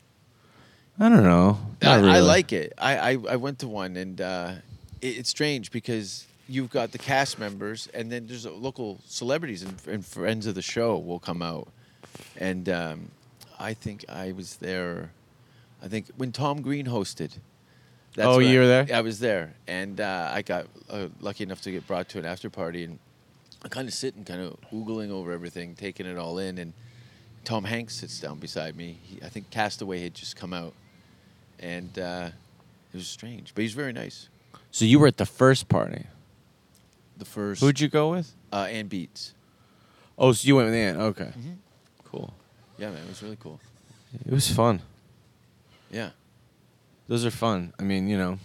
Speaker 4: I don't know.
Speaker 3: I,
Speaker 4: Not
Speaker 3: I
Speaker 4: really.
Speaker 3: like it. I, I, I went to one and uh, it, it's strange because you've got the cast members and then there's local celebrities and, and friends of the show will come out. And um, I think I was there. I think when Tom Green hosted.
Speaker 4: Oh,
Speaker 3: when
Speaker 4: you
Speaker 3: I-
Speaker 4: were there?
Speaker 3: I was there, and uh, I got uh, lucky enough to get brought to an after party, and I kind of sitting, kind of oogling over everything, taking it all in, and Tom Hanks sits down beside me. He, I think Castaway had just come out, and uh, it was strange, but he's very nice.
Speaker 4: So you were at the first party.
Speaker 3: The first
Speaker 4: Who'd you go with?
Speaker 3: uh, and Beats,
Speaker 4: Oh, so you went with Ann. Okay. Cool.
Speaker 3: yeah, man, it was really cool.
Speaker 4: It was fun.
Speaker 3: Yeah,
Speaker 4: Those are fun. I mean, you know,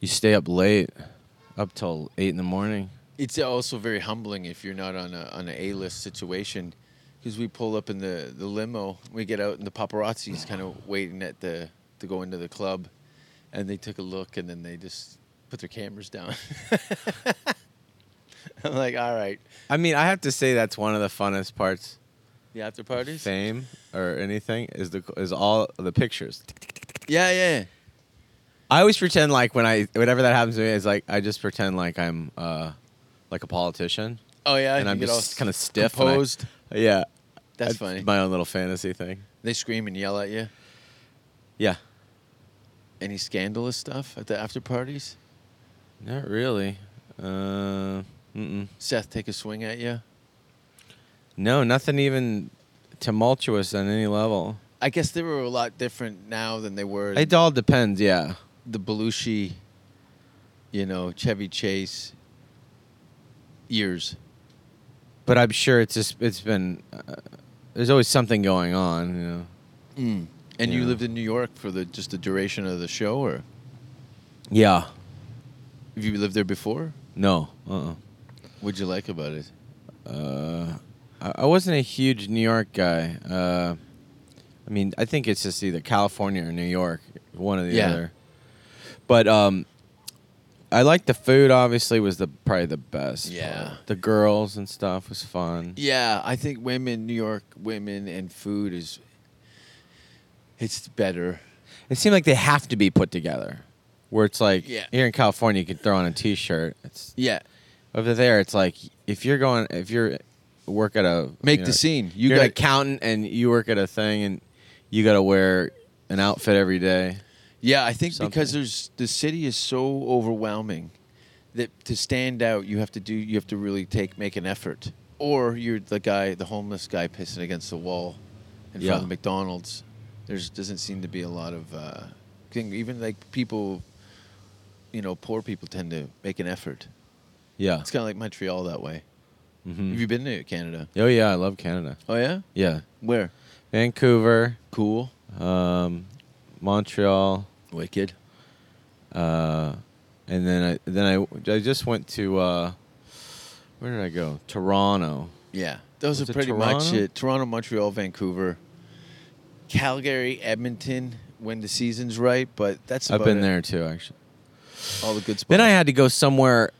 Speaker 4: you stay up late, up till eight in the morning.
Speaker 3: it's also very humbling if you're not on a on an A list situation, because we pull up in the the limo, we get out, and the paparazzi's kind of waiting at the to go into the club, and they took a look, and then they just put their cameras down. I'm like, all right,
Speaker 4: I mean, I have to say that's one of the funnest parts.
Speaker 3: the after parties.
Speaker 4: Fame or anything is the is all the pictures.
Speaker 3: Yeah, yeah.
Speaker 4: I always pretend like when I whenever that happens to me, it's like I just pretend like I'm uh like a politician
Speaker 3: Oh yeah,
Speaker 4: and
Speaker 3: you
Speaker 4: I'm
Speaker 3: get
Speaker 4: just
Speaker 3: all
Speaker 4: kind of stiff. and I-
Speaker 3: Composed.
Speaker 4: yeah,
Speaker 3: That's funny.
Speaker 4: My own little fantasy thing.
Speaker 3: They scream and yell at you.
Speaker 4: Yeah,
Speaker 3: Any scandalous stuff at the after parties?
Speaker 4: not really. Uh, mm-mm.
Speaker 3: Seth take a swing at you?
Speaker 4: No, nothing even tumultuous on any level.
Speaker 3: I guess they were a lot different now than they were.
Speaker 4: It all depends. Yeah,
Speaker 3: the Belushi, you know, Chevy Chase years.
Speaker 4: but I'm sure it's just it's been. Uh, there's always something going on. You know.
Speaker 3: Hmm. And you
Speaker 4: Yeah.
Speaker 3: lived in New York for the just the duration of the show, or
Speaker 4: Yeah.
Speaker 3: have you lived there before?
Speaker 4: No. Uh. uh
Speaker 3: What'd you like about it?
Speaker 4: Uh, I I wasn't a huge New York guy. Uh, I mean, I think it's just either California or New York, one or the
Speaker 3: Yeah.
Speaker 4: other. But um, I like the food. Obviously, was the probably the best.
Speaker 3: Yeah.
Speaker 4: the girls and stuff was fun.
Speaker 3: Yeah, I think women, New York women, and food is it's better.
Speaker 4: It seemed like they have to be put together. Where it's like
Speaker 3: Yeah.
Speaker 4: here in California, you can throw on a T-shirt. It's
Speaker 3: Yeah,
Speaker 4: over there. It's like if you're going, if you're work at a
Speaker 3: Make
Speaker 4: you
Speaker 3: the scene. You
Speaker 4: You are an
Speaker 3: got-
Speaker 4: accountant and you work at a thing, and you got to wear an outfit every day.
Speaker 3: yeah. I think because
Speaker 4: Something.
Speaker 3: there's the city is so overwhelming that to stand out, you have to do you have to really take make an effort, or you're the guy, the homeless guy pissing against the wall in front
Speaker 4: Yeah.
Speaker 3: of McDonald's. There's doesn't seem to be a lot of uh, thing. Even like people, you know, poor people tend to make an effort.
Speaker 4: Yeah. Mm-hmm.
Speaker 3: It's kind of like Montreal that way.
Speaker 4: Hmm.
Speaker 3: Have you been to Canada?
Speaker 4: Oh yeah, I love Canada.
Speaker 3: Oh yeah,
Speaker 4: Yeah,
Speaker 3: where?
Speaker 4: Vancouver,
Speaker 3: Cool,
Speaker 4: um, Montreal,
Speaker 3: wicked.
Speaker 4: uh, and then I then I I just went to uh, where did I go? Toronto.
Speaker 3: Yeah, those
Speaker 4: Was
Speaker 3: are
Speaker 4: it
Speaker 3: pretty much
Speaker 4: Toronto?
Speaker 3: it. Toronto, Montreal, Vancouver, Calgary, Edmonton. When the season's right, but that's
Speaker 4: I've
Speaker 3: about
Speaker 4: been
Speaker 3: it.
Speaker 4: there too, actually.
Speaker 3: All the good spots.
Speaker 4: Then I had to go somewhere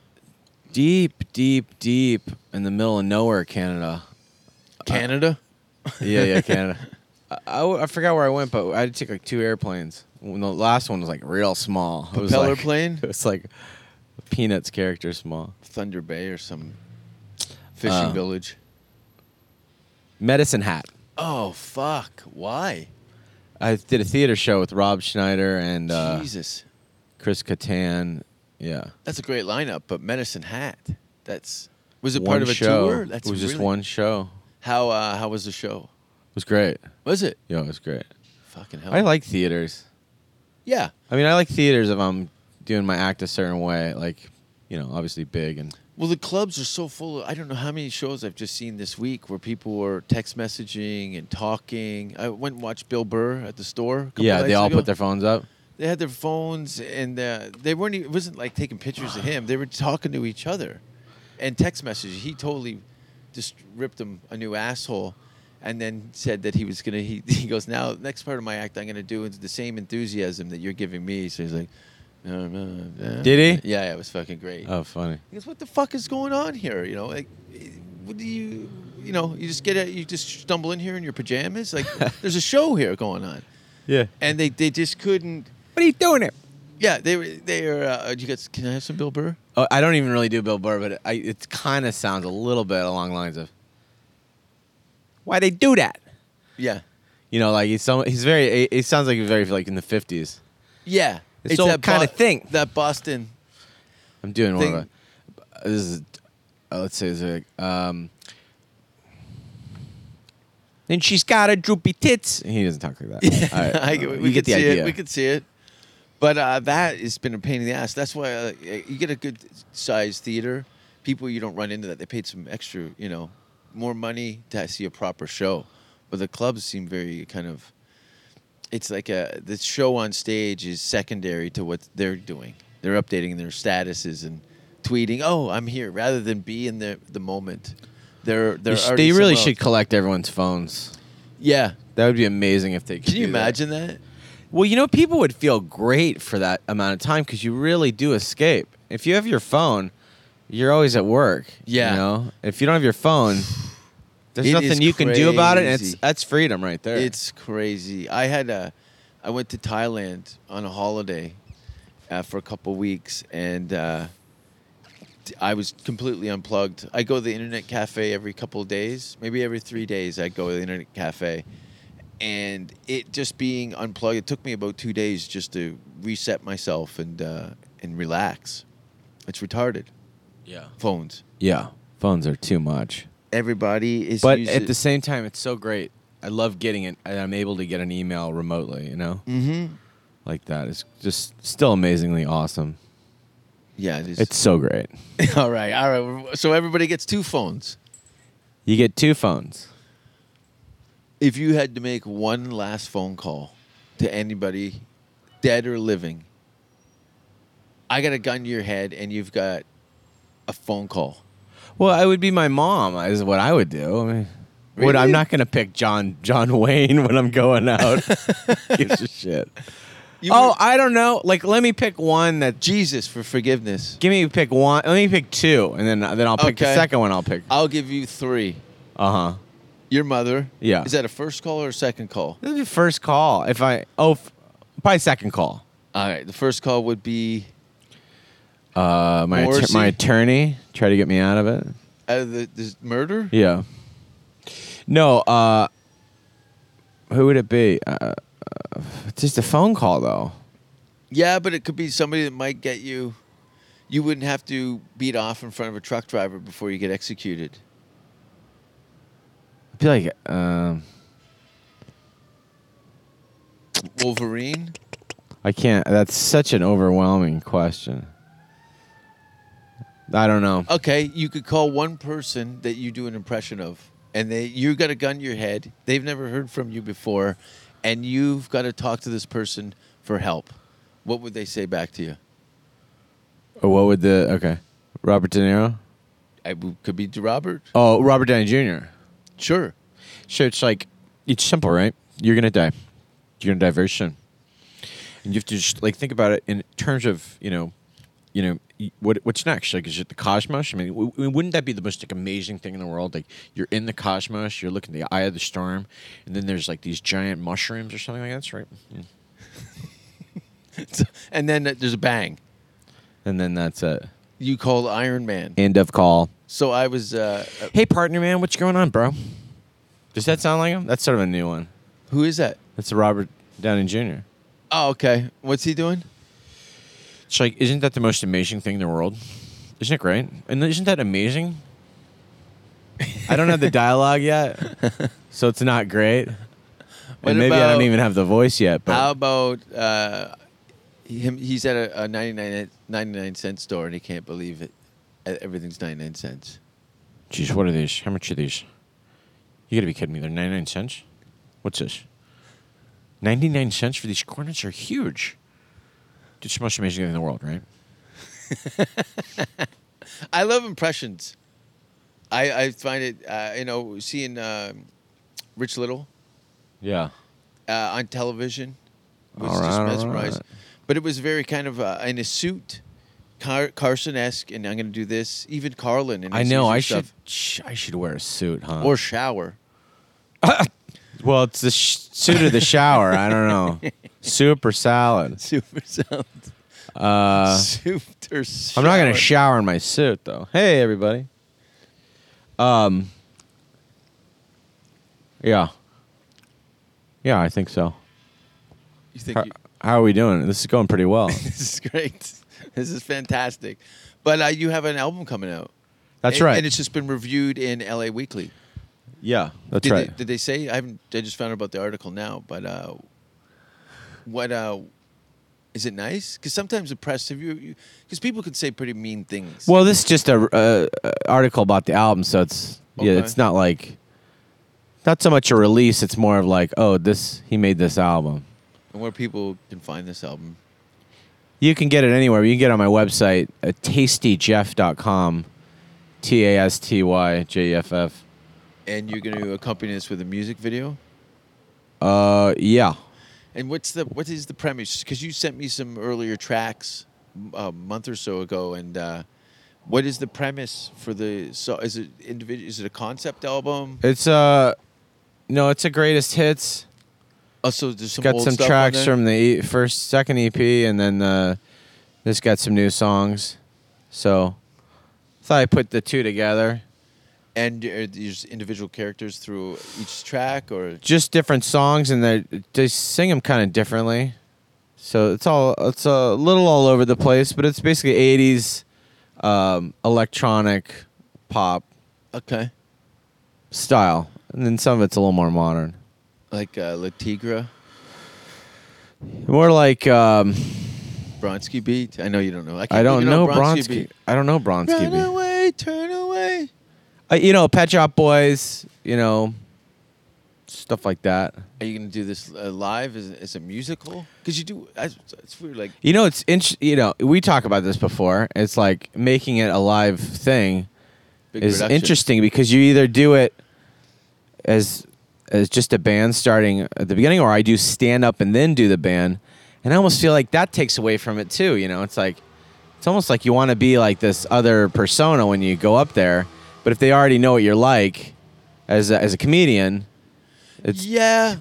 Speaker 4: deep, deep, deep in the middle of nowhere, Canada.
Speaker 3: Canada.
Speaker 4: Yeah, yeah, Canada. I, I w- I forgot where I went, but I had to take like two airplanes. When the last one was like real small. It was,
Speaker 3: Propeller
Speaker 4: like-
Speaker 3: plane?
Speaker 4: It was like Peanuts character small.
Speaker 3: Thunder Bay or some fishing
Speaker 4: Uh,
Speaker 3: village.
Speaker 4: Medicine Hat.
Speaker 3: Oh fuck! Why?
Speaker 4: I did a theater show with Rob Schneider and uh,
Speaker 3: Jesus,
Speaker 4: Chris Kattan. Yeah.
Speaker 3: that's a great lineup. But Medicine Hat. That's was it
Speaker 4: One
Speaker 3: part of a
Speaker 4: show.
Speaker 3: tour? That's
Speaker 4: it was just
Speaker 3: really-
Speaker 4: one show.
Speaker 3: How uh, how was the show?
Speaker 4: It was great.
Speaker 3: Was it
Speaker 4: Yeah, it was great.
Speaker 3: fucking hell?
Speaker 4: I like theaters.
Speaker 3: Yeah,
Speaker 4: I mean, I like theaters if I'm doing my act a certain way, like you know, obviously big and
Speaker 3: Well, the clubs are so full. Of, I don't know how many shows I've just seen this week where people were text messaging and talking. I went and watched Bill Burr at the store. a couple
Speaker 4: yeah, they
Speaker 3: nights
Speaker 4: all
Speaker 3: ago.
Speaker 4: put their phones up.
Speaker 3: they had their phones and uh, they weren't. Even, it wasn't like taking pictures of him. They were talking to each other, and text messages. He totally just ripped him a new asshole, and then said that he was gonna. He, he goes now. Next part of my act, I'm gonna do is the same enthusiasm that you're giving me. So he's like. "Uh, uh, uh."
Speaker 4: Did he?
Speaker 3: Yeah, yeah, it was fucking great.
Speaker 4: Oh, funny.
Speaker 3: Because what the fuck is going on here? You know, like, eh, what do you, you know, you just get a, you just stumble in here in your pajamas. Like, there's a show here going on,
Speaker 4: Yeah.
Speaker 3: and they they just couldn't.
Speaker 4: What are you doing it?
Speaker 3: Yeah, they were they are. Uh, you guys, can I have some Bill Burr?
Speaker 4: Oh, I don't even really do Bill Burr, but I, it kind of sounds a little bit along the lines of why they do that.
Speaker 3: Yeah,
Speaker 4: You know, like he's so, he's very. It, it sounds like he's very like in the fifties.
Speaker 3: yeah.
Speaker 4: It's all kinda thing.
Speaker 3: That Boston.
Speaker 4: I'm doing one of
Speaker 3: Thing-
Speaker 4: a- This is uh, let's say this. Um, then she's got a droopy tits. He doesn't talk like that. All right.
Speaker 3: I-
Speaker 4: uh,
Speaker 3: we
Speaker 4: you get
Speaker 3: could
Speaker 4: the
Speaker 3: see
Speaker 4: idea.
Speaker 3: It, we could see it. But uh, that has been a pain in the ass. That's why uh, you get a good sized theater. People you don't run into that they paid some extra, you know, more money to see a proper show. But the clubs seem very kind of. It's like a the show on stage is secondary to what they're doing. They're updating their statuses and tweeting, "Oh, I'm here," rather than be in the the moment. They're they're
Speaker 4: You sh-
Speaker 3: already
Speaker 4: they really
Speaker 3: somewhere
Speaker 4: should
Speaker 3: else.
Speaker 4: collect everyone's phones.
Speaker 3: Yeah,
Speaker 4: That would be amazing if they. could
Speaker 3: can you
Speaker 4: do that.
Speaker 3: imagine that?
Speaker 4: Well, you know, people would feel great for that amount of time because you really do escape. If you have your phone, you're always at work.
Speaker 3: Yeah.
Speaker 4: You know, if you don't have your phone, there's
Speaker 3: It is
Speaker 4: nothing you can do about it. And it's
Speaker 3: crazy.
Speaker 4: that's freedom right there.
Speaker 3: It's crazy. I had a, I went to Thailand on a holiday, uh, for a couple weeks, and uh, t- I was completely unplugged. I go to the internet cafe every couple of days, maybe every three days. I go to the internet cafe, and it just being unplugged. It took me about two days just to reset myself and uh, and relax. It's retarded.
Speaker 4: yeah.
Speaker 3: Phones.
Speaker 4: Yeah. Phones are too much.
Speaker 3: Everybody is.
Speaker 4: But
Speaker 3: use
Speaker 4: at
Speaker 3: it-
Speaker 4: the same time, it's so great. I love getting it. And I'm able to get an email remotely, you know,
Speaker 3: Mhm.
Speaker 4: like that. It's just still amazingly awesome.
Speaker 3: Yeah, it is.
Speaker 4: It's so great.
Speaker 3: all right, all right. So everybody gets two phones.
Speaker 4: You get two phones.
Speaker 3: if you had to make one last phone call to anybody, dead or living, I got a gun to your head and you've got a phone call.
Speaker 4: Well, I would be my mom. Is what I would do. I mean, would- I'm
Speaker 3: Really?
Speaker 4: not going to pick John John Wayne when I'm going out. Gives a shit.
Speaker 3: You
Speaker 4: Oh,
Speaker 3: would-
Speaker 4: I don't know. Like, let me pick one that.
Speaker 3: Jesus for forgiveness.
Speaker 4: Give me pick one. Let me pick two, and then then I'll pick the
Speaker 3: Okay.
Speaker 4: second one. I'll pick.
Speaker 3: I'll give you three.
Speaker 4: Uh huh.
Speaker 3: Your mother.
Speaker 4: Yeah.
Speaker 3: Is that a first call or a second call?
Speaker 4: This is the first call. If I oh, f- probably second call.
Speaker 3: All right. The first call would be
Speaker 4: Uh, my atter-
Speaker 3: Morrissey?
Speaker 4: my attorney try to get me out of it.
Speaker 3: out of the, the murder.
Speaker 4: Yeah. No. Uh, who would it be? Uh, uh, just a phone call though.
Speaker 3: Yeah, but it could be somebody that might get you. You wouldn't have to beat off in front of a truck driver before you get executed.
Speaker 4: I feel like um,
Speaker 3: Wolverine.
Speaker 4: I can't. That's such an overwhelming question. I don't know.
Speaker 3: Okay, you could call one person that you do an impression of, and they you got a gun to your head. They've never heard from you before, and you've got to talk to this person for help. What would they say back to you?
Speaker 4: Oh, What would the okay? Robert De Niro.
Speaker 3: I w- could be to Robert.
Speaker 4: Oh, Robert Downey Jr.
Speaker 3: Sure.
Speaker 4: So it's like it's simple, right? You're gonna die. You're gonna die very soon. And you have to just like think about it in terms of you know, you know y- what what's next? Like is it the cosmos? I mean, w- w- wouldn't that be the most like amazing thing in the world? Like you're in the cosmos, you're looking at the eye of the storm, and then there's like these giant mushrooms or something like that, that's right? Mm-hmm.
Speaker 3: and then uh, there's a bang.
Speaker 4: And then that's it.
Speaker 3: You call Iron Man.
Speaker 4: End of call.
Speaker 3: So I was. Uh, uh,
Speaker 4: Hey partner, man, what's going on, bro? Does that sound like him? That's sort of a new one.
Speaker 3: who is that?
Speaker 4: That's Robert Downey Jr.
Speaker 3: Oh, okay. What's he doing?
Speaker 4: It's like, isn't that the most amazing thing in the world? Isn't it great? And isn't that amazing? I don't have the dialogue yet, so it's not great.
Speaker 3: What
Speaker 4: and maybe I don't
Speaker 3: about-
Speaker 4: even have the voice yet. But
Speaker 3: How about uh, him? He's at a, a 99, 99 cent store and he can't believe it. everything's 99 cents.
Speaker 4: Jeez, what are these? How much are these? You gotta be kidding me. They're 99 cents? What's this? 99 cents for these cornets are huge. It's the most amazing thing in the world, right?
Speaker 3: I love impressions. I, I find it, uh, you know, seeing um Rich Little
Speaker 4: Yeah.
Speaker 3: uh, on television was
Speaker 4: All
Speaker 3: just
Speaker 4: right, all
Speaker 3: mesmerized.
Speaker 4: right.
Speaker 3: But it was very kind of uh, in a suit, Car- Carson esque, and I'm going to do this. Even Carlin. And
Speaker 4: I know. I should. sh- I should uh, wear a suit, huh?
Speaker 3: Or shower.
Speaker 4: well, it's the sh- suit or the shower. I don't know. Soup or salad.
Speaker 3: Super sound.
Speaker 4: Uh,
Speaker 3: Soup or
Speaker 4: I'm not gonna
Speaker 3: shower.
Speaker 4: shower in my suit though. Hey, everybody. Um. Yeah. Yeah, I think so.
Speaker 3: You think
Speaker 4: How,
Speaker 3: you-
Speaker 4: how are we doing? This is going pretty well.
Speaker 3: this is great. This is fantastic. But uh, you have an album coming out.
Speaker 4: That's
Speaker 3: And-
Speaker 4: right.
Speaker 3: And it's just been reviewed in LA Weekly.
Speaker 4: yeah, that's
Speaker 3: did
Speaker 4: right.
Speaker 3: They, did they say? I haven't. I just found out about the article now. But uh, what uh, is it nice? Because sometimes the press, have you? Because people can say pretty mean things.
Speaker 4: Well, this is just a uh, uh, article about the album, so it's yeah,
Speaker 3: Okay.
Speaker 4: it's not like not so much a release. It's more of like, oh, this he made this album.
Speaker 3: and where people can find this album.
Speaker 4: You can get it anywhere. You can get it on my website uh, at tastyjeff.com, T A S T Y J E F F.
Speaker 3: And you're going to accompany us with a music video.
Speaker 4: Uh, yeah.
Speaker 3: And what's the what is the premise? Because you sent me some earlier tracks m- a month or so ago, and uh, what is the premise for the? So is it individual? Is it a concept album?
Speaker 4: It's uh, no, it's a greatest hits.
Speaker 3: Oh, so there's some
Speaker 4: got
Speaker 3: old
Speaker 4: some
Speaker 3: stuff on
Speaker 4: tracks
Speaker 3: there?
Speaker 4: from the e- first, second EP, and then uh, this got some new songs. So, thought I put the two together.
Speaker 3: And are these individual characters through each track, or
Speaker 4: just different songs and they they sing them kind of differently. So it's all it's a little all over the place, but it's basically 80s um, electronic pop
Speaker 3: okay,
Speaker 4: style. And then some of it's a little more modern.
Speaker 3: like uh, La Tigra,
Speaker 4: More like um,
Speaker 3: Bronsky beat? I know you don't know. I, can't
Speaker 4: I don't
Speaker 3: believe you
Speaker 4: know
Speaker 3: Bronsky
Speaker 4: Bronsky.
Speaker 3: beat.
Speaker 4: I don't know Bronsky.
Speaker 3: Run
Speaker 4: B.
Speaker 3: away, turn away.
Speaker 4: Uh, you know, Pet Shop Boys, you know, stuff like that.
Speaker 3: Are you gonna do this uh, live as, as a musical? Because you do. I, it's weird. Like
Speaker 4: You know, it's int- you know, we talk about this before. It's like making it a live thing.
Speaker 3: big
Speaker 4: is
Speaker 3: production.
Speaker 4: interesting because you either do it as as just a band starting at the beginning, or I do stand up and then do the band, and I almost feel like that takes away from it too. You know, it's like it's almost like you want to be like this other persona when you go up there, but if they already know what you're like as a, as a comedian, it's
Speaker 3: Yeah,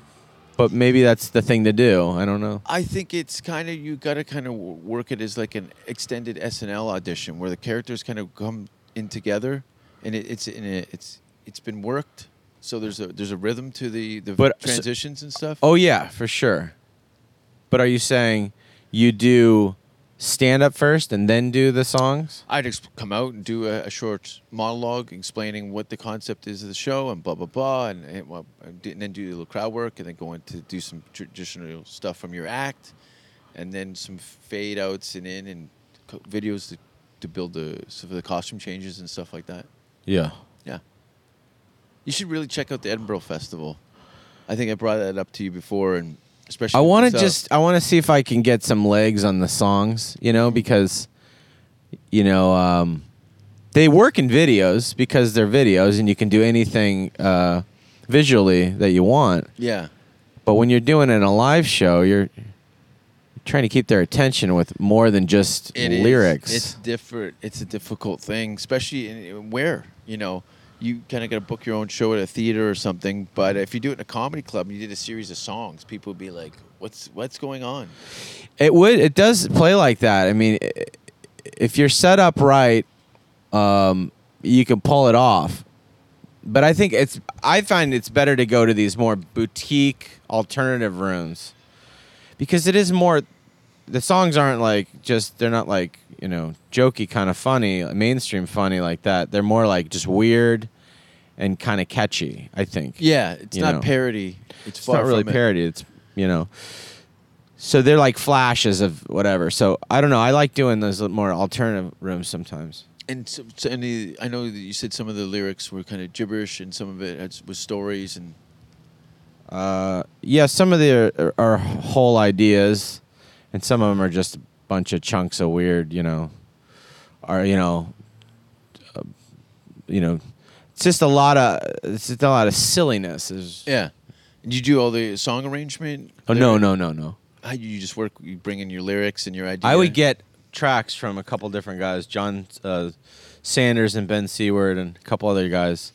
Speaker 4: but maybe that's the thing to do. I don't know.
Speaker 3: I think it's kind of you got to kind of work it as like an extended SNL audition where the characters kind of come in together, and it, it's in a, it's it's been worked. So there's a there's a rhythm to the the
Speaker 4: But- so-
Speaker 3: transitions and stuff.
Speaker 4: Oh yeah, for sure. But are you saying you do stand up first and then do the songs?
Speaker 3: I'd exp- come out and do a, a short monologue explaining what the concept is of the show and blah blah blah, and, and, well, and d- and then do a little crowd work, and then go into do some traditional stuff from your act, and then some fade outs and in and co- videos to, to build the so for the costume changes and stuff like that.
Speaker 4: Yeah.
Speaker 3: Yeah, you should really check out the Edinburgh Festival. I think I brought that up to you before, and especially
Speaker 4: I
Speaker 3: when
Speaker 4: want
Speaker 3: it's
Speaker 4: to
Speaker 3: out.
Speaker 4: just I want to see if I can get some legs on the songs, you know, because you know um, they work in videos because they're videos and you can do anything uh, visually that you want.
Speaker 3: yeah.
Speaker 4: But when you're doing it in a live show, you're trying to keep their attention with more than just
Speaker 3: It is.
Speaker 4: lyrics.
Speaker 3: It's different. It's a difficult thing, especially in, in where you know you kind of got to book your own show at a theater or something. But if you do it in a comedy club and you did a series of songs, people would be like, "What's what's going on?"
Speaker 4: It would. It does play like that. I mean, i- if you're set up right, um, you can pull it off. But I think it's. I find it's better to go to these more boutique alternative rooms because it is more. The songs aren't like just. They're not like you know jokey kind of funny, mainstream funny like that. They're more like just weird and kind of catchy. I think.
Speaker 3: Yeah, it's
Speaker 4: You
Speaker 3: not
Speaker 4: know.
Speaker 3: parody. It's,
Speaker 4: It's
Speaker 3: far
Speaker 4: not really
Speaker 3: from it.
Speaker 4: parody. It's you know. So they're like flashes of whatever. So I don't know. I like doing those more alternative rooms sometimes.
Speaker 3: and so, so and the, I know that you said some of the lyrics were kind of gibberish, and some of it had, was stories. And
Speaker 4: Uh, yeah, some of the uh, are, are whole ideas, and some of them are just a bunch of chunks of weird, you know, are you know, uh, you know, it's just a lot of it's just a lot of silliness. Is
Speaker 3: yeah, and you do all the song arrangement.
Speaker 4: oh no
Speaker 3: lyric-
Speaker 4: no no no.
Speaker 3: How you you just work? You bring in your lyrics and your idea.
Speaker 4: I would get tracks from a couple different guys, John uh, Sanders and Ben Seward, and a couple other guys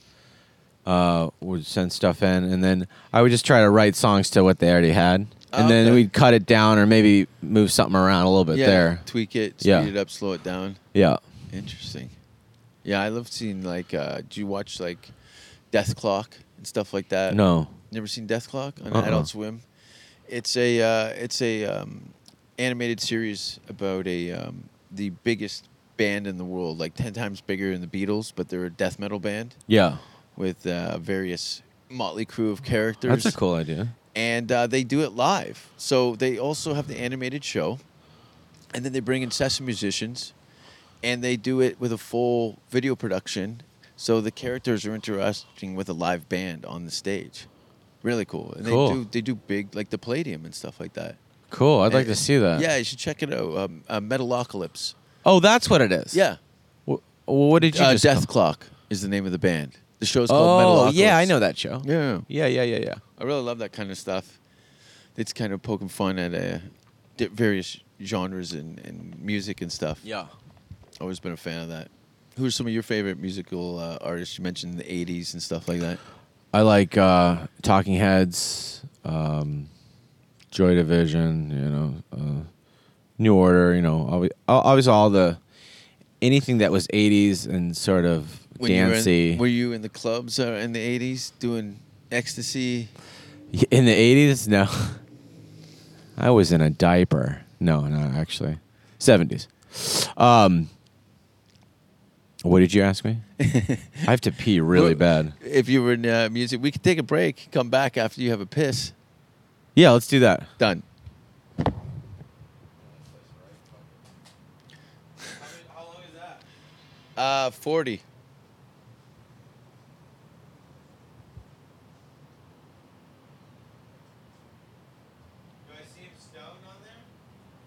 Speaker 4: uh, would send stuff in, and then I would just try to write songs to what they already had, and
Speaker 3: Ah, Okay.
Speaker 4: then we'd cut it down or maybe move something around a little bit
Speaker 3: yeah,
Speaker 4: there.
Speaker 3: tweak it, speed
Speaker 4: Yeah.
Speaker 3: it up, slow it down.
Speaker 4: Yeah.
Speaker 3: Interesting. Yeah, I love seeing like. Uh, do you watch like Death Clock and stuff like that?
Speaker 4: No.
Speaker 3: Never seen Death Clock on
Speaker 4: Uh-uh.
Speaker 3: Adult Swim? It's a uh, it's a um, animated series about a um, the biggest band in the world, like ten times bigger than the Beatles, but they're a death metal band
Speaker 4: Yeah.
Speaker 3: with uh, various motley crew of characters
Speaker 4: That's a cool idea.
Speaker 3: and uh, they do it live. So they also have the animated show, and then they bring in session musicians, and they do it with a full video production. So the characters are interacting with a live band on the stage. Really cool. And
Speaker 4: Cool.
Speaker 3: they do they do big like the Palladium and stuff like that.
Speaker 4: Cool. I'd like
Speaker 3: And-
Speaker 4: to see that.
Speaker 3: Yeah, you should check it out. Um, uh, Metalocalypse.
Speaker 4: Oh, that's what it is.
Speaker 3: Yeah,
Speaker 4: Wh- what did you
Speaker 3: uh,
Speaker 4: just
Speaker 3: Death
Speaker 4: come-
Speaker 3: Clock is the name of the band. The show's
Speaker 4: Oh,
Speaker 3: called Metalocalypse.
Speaker 4: yeah, I know that show.
Speaker 3: Yeah.
Speaker 4: Yeah, yeah, yeah, yeah.
Speaker 3: I really love that kind of stuff. It's kind of poking fun at uh, di- various genres and, and music and stuff.
Speaker 4: Yeah.
Speaker 3: Always been a fan of that. Who are some of your favorite musical uh, artists? You mentioned the 80s and stuff like that.
Speaker 4: I like uh, Talking Heads, um, Joy Division, you know, uh, New Order, you know, always, always all the anything that was '80s and sort of
Speaker 3: you were in-
Speaker 4: dancey.
Speaker 3: were you in the clubs uh, in the 80s doing ecstasy?
Speaker 4: in the '80s, no, I was in a diaper. No, not actually. '70s. Um, what did you ask me? I have to pee really
Speaker 3: Well-
Speaker 4: bad.
Speaker 3: If you were in uh, music, we could take a break, come back after you have a piss.
Speaker 4: Yeah, let's do that.
Speaker 3: Done. Uh, 40.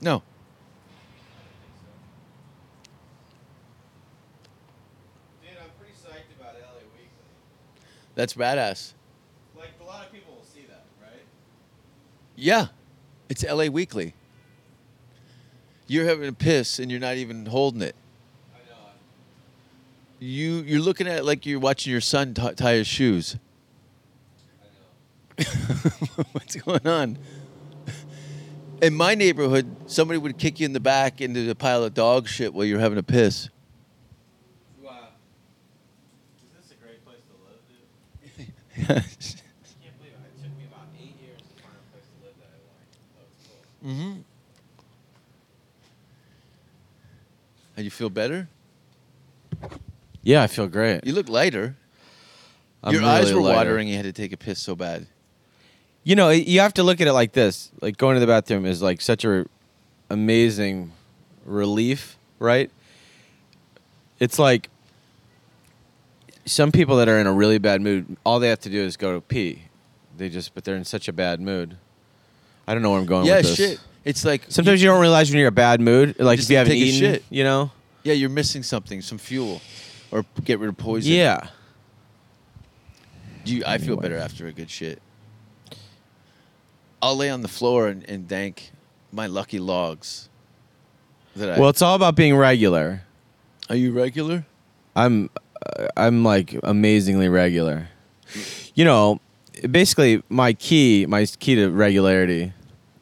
Speaker 3: No. That's badass.
Speaker 4: Like a lot of people will see that, right?
Speaker 3: Yeah. It's LA Weekly. You're having a piss and you're not even holding it. You you're looking at it like you're watching your son t- tie his shoes. What's going on? In my neighborhood, somebody would kick you in the back into a pile of dog shit while you're having a piss.
Speaker 4: Wow. Is this a great place to live, dude?
Speaker 3: mm-hmm.
Speaker 4: I can't believe it. It took me about eight years to find a place to live that I liked. That was cool.
Speaker 3: And you feel better?
Speaker 4: Yeah, I feel great.
Speaker 3: You look lighter.
Speaker 4: I'm
Speaker 3: your eyes
Speaker 4: really
Speaker 3: were
Speaker 4: lighter.
Speaker 3: watering. You had to take a piss so bad.
Speaker 4: You know, you have to look at it like this. Like going to the bathroom is like such a amazing relief, right? It's like some people that are in a really bad mood, all they have to do is go to pee. They just but they're in such a bad mood. I don't know where I'm going
Speaker 3: yeah,
Speaker 4: with this.
Speaker 3: shit. It's like
Speaker 4: Sometimes you don't realize when you're in a bad mood, like
Speaker 3: Just
Speaker 4: if you haven't
Speaker 3: take a
Speaker 4: eaten,
Speaker 3: shit.
Speaker 4: you know?
Speaker 3: Yeah, you're missing something, some fuel, or p- get rid of poison.
Speaker 4: Yeah.
Speaker 3: You, I feel
Speaker 4: Anyway.
Speaker 3: better after a good shit. I'll lay on the floor and, and thank my lucky logs. That I,
Speaker 4: Well, it's all about being regular.
Speaker 3: are you regular?
Speaker 4: I'm uh, I'm like amazingly regular. You know, basically my key, my key to regularity.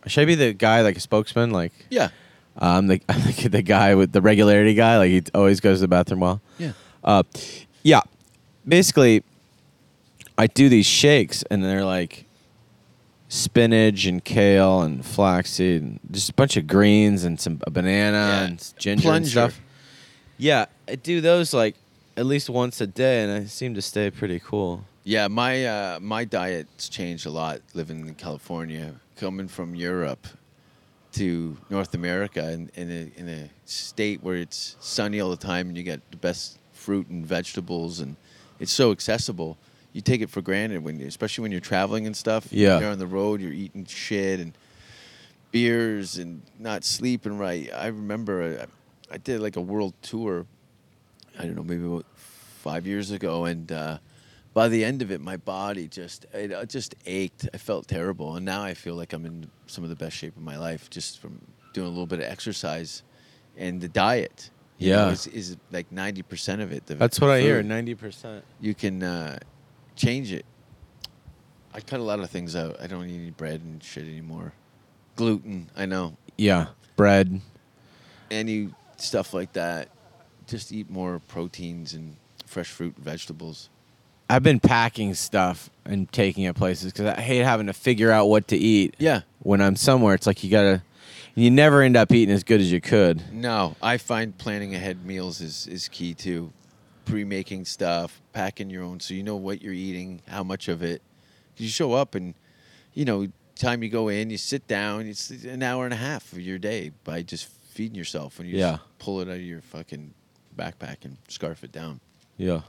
Speaker 4: Should I be the guy like a spokesman? Like
Speaker 3: Yeah,
Speaker 4: I'm the I'm the, the guy with the regularity guy. Like he always goes to the bathroom well.
Speaker 3: yeah.
Speaker 4: Uh, yeah. Basically, I do these shakes, and they're like spinach and kale and flaxseed, and just a bunch of greens and some a banana
Speaker 3: Yeah.
Speaker 4: and s- ginger and
Speaker 3: Plunger.
Speaker 4: stuff. Yeah, I do those like at least once a day, and I seem to stay pretty cool.
Speaker 3: Yeah, my uh, my diet's changed a lot living in California, coming from Europe. to North America in, in, a, in a state where it's sunny all the time and you get the best fruit and vegetables and it's so accessible, you take it for granted when you, especially when you're traveling and stuff.
Speaker 4: Yeah.
Speaker 3: You're on the road, you're eating shit and beers and not sleeping right. I remember uh, I, I did like a world tour. I don't know, maybe about five years ago, and uh, by the end of it, my body just it uh, just ached. I felt terrible, and now I feel like I'm in some of the best shape of my life just from doing a little bit of exercise and the diet. you
Speaker 4: Yeah.
Speaker 3: know, is, is like ninety percent of it. The
Speaker 4: That's what I hear.
Speaker 3: food.
Speaker 4: Ninety percent.
Speaker 3: You can uh, change it. I cut a lot of things out. I don't eat any bread and shit anymore. Gluten, I know
Speaker 4: Yeah, bread.
Speaker 3: any stuff like that. Just eat more proteins and fresh fruit and vegetables.
Speaker 4: I've been packing stuff and taking it places because I hate having to figure out what to eat.
Speaker 3: Yeah.
Speaker 4: When I'm somewhere, it's like you gotta. You never end up eating as good as you could.
Speaker 3: No, I find planning ahead meals is, is key too. Pre making stuff, packing your own so you know what you're eating, how much of it. 'Cause You show up and, you know, time you go in, you sit down, it's an hour and a half of your day by just feeding yourself and you
Speaker 4: Yeah.
Speaker 3: just pull it out of your fucking backpack and scarf it down.
Speaker 4: Yeah.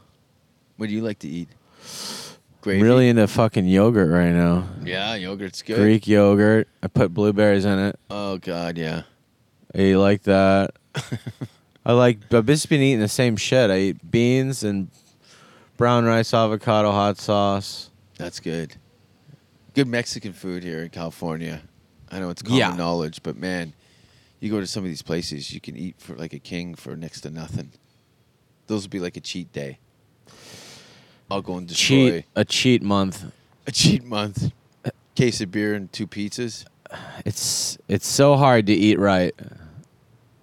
Speaker 3: What do you like to eat?
Speaker 4: I'm
Speaker 3: Gravy?
Speaker 4: really into fucking yogurt right now.
Speaker 3: Yeah, yogurt's good.
Speaker 4: Greek yogurt. I put blueberries in it.
Speaker 3: Oh, God, yeah.
Speaker 4: You like that? I like. I've just been eating the same shit. I eat beans and brown rice, avocado, hot sauce.
Speaker 3: That's good. Good Mexican food here in California. I know it's common
Speaker 4: Yeah.
Speaker 3: knowledge, but man, you go to some of these places, you can eat for like a king for next to nothing. Those would be like a cheat day. I'll go and destroy
Speaker 4: Cheat a cheat month.
Speaker 3: a cheat month. Case of beer and two pizzas.
Speaker 4: It's it's so hard to eat right.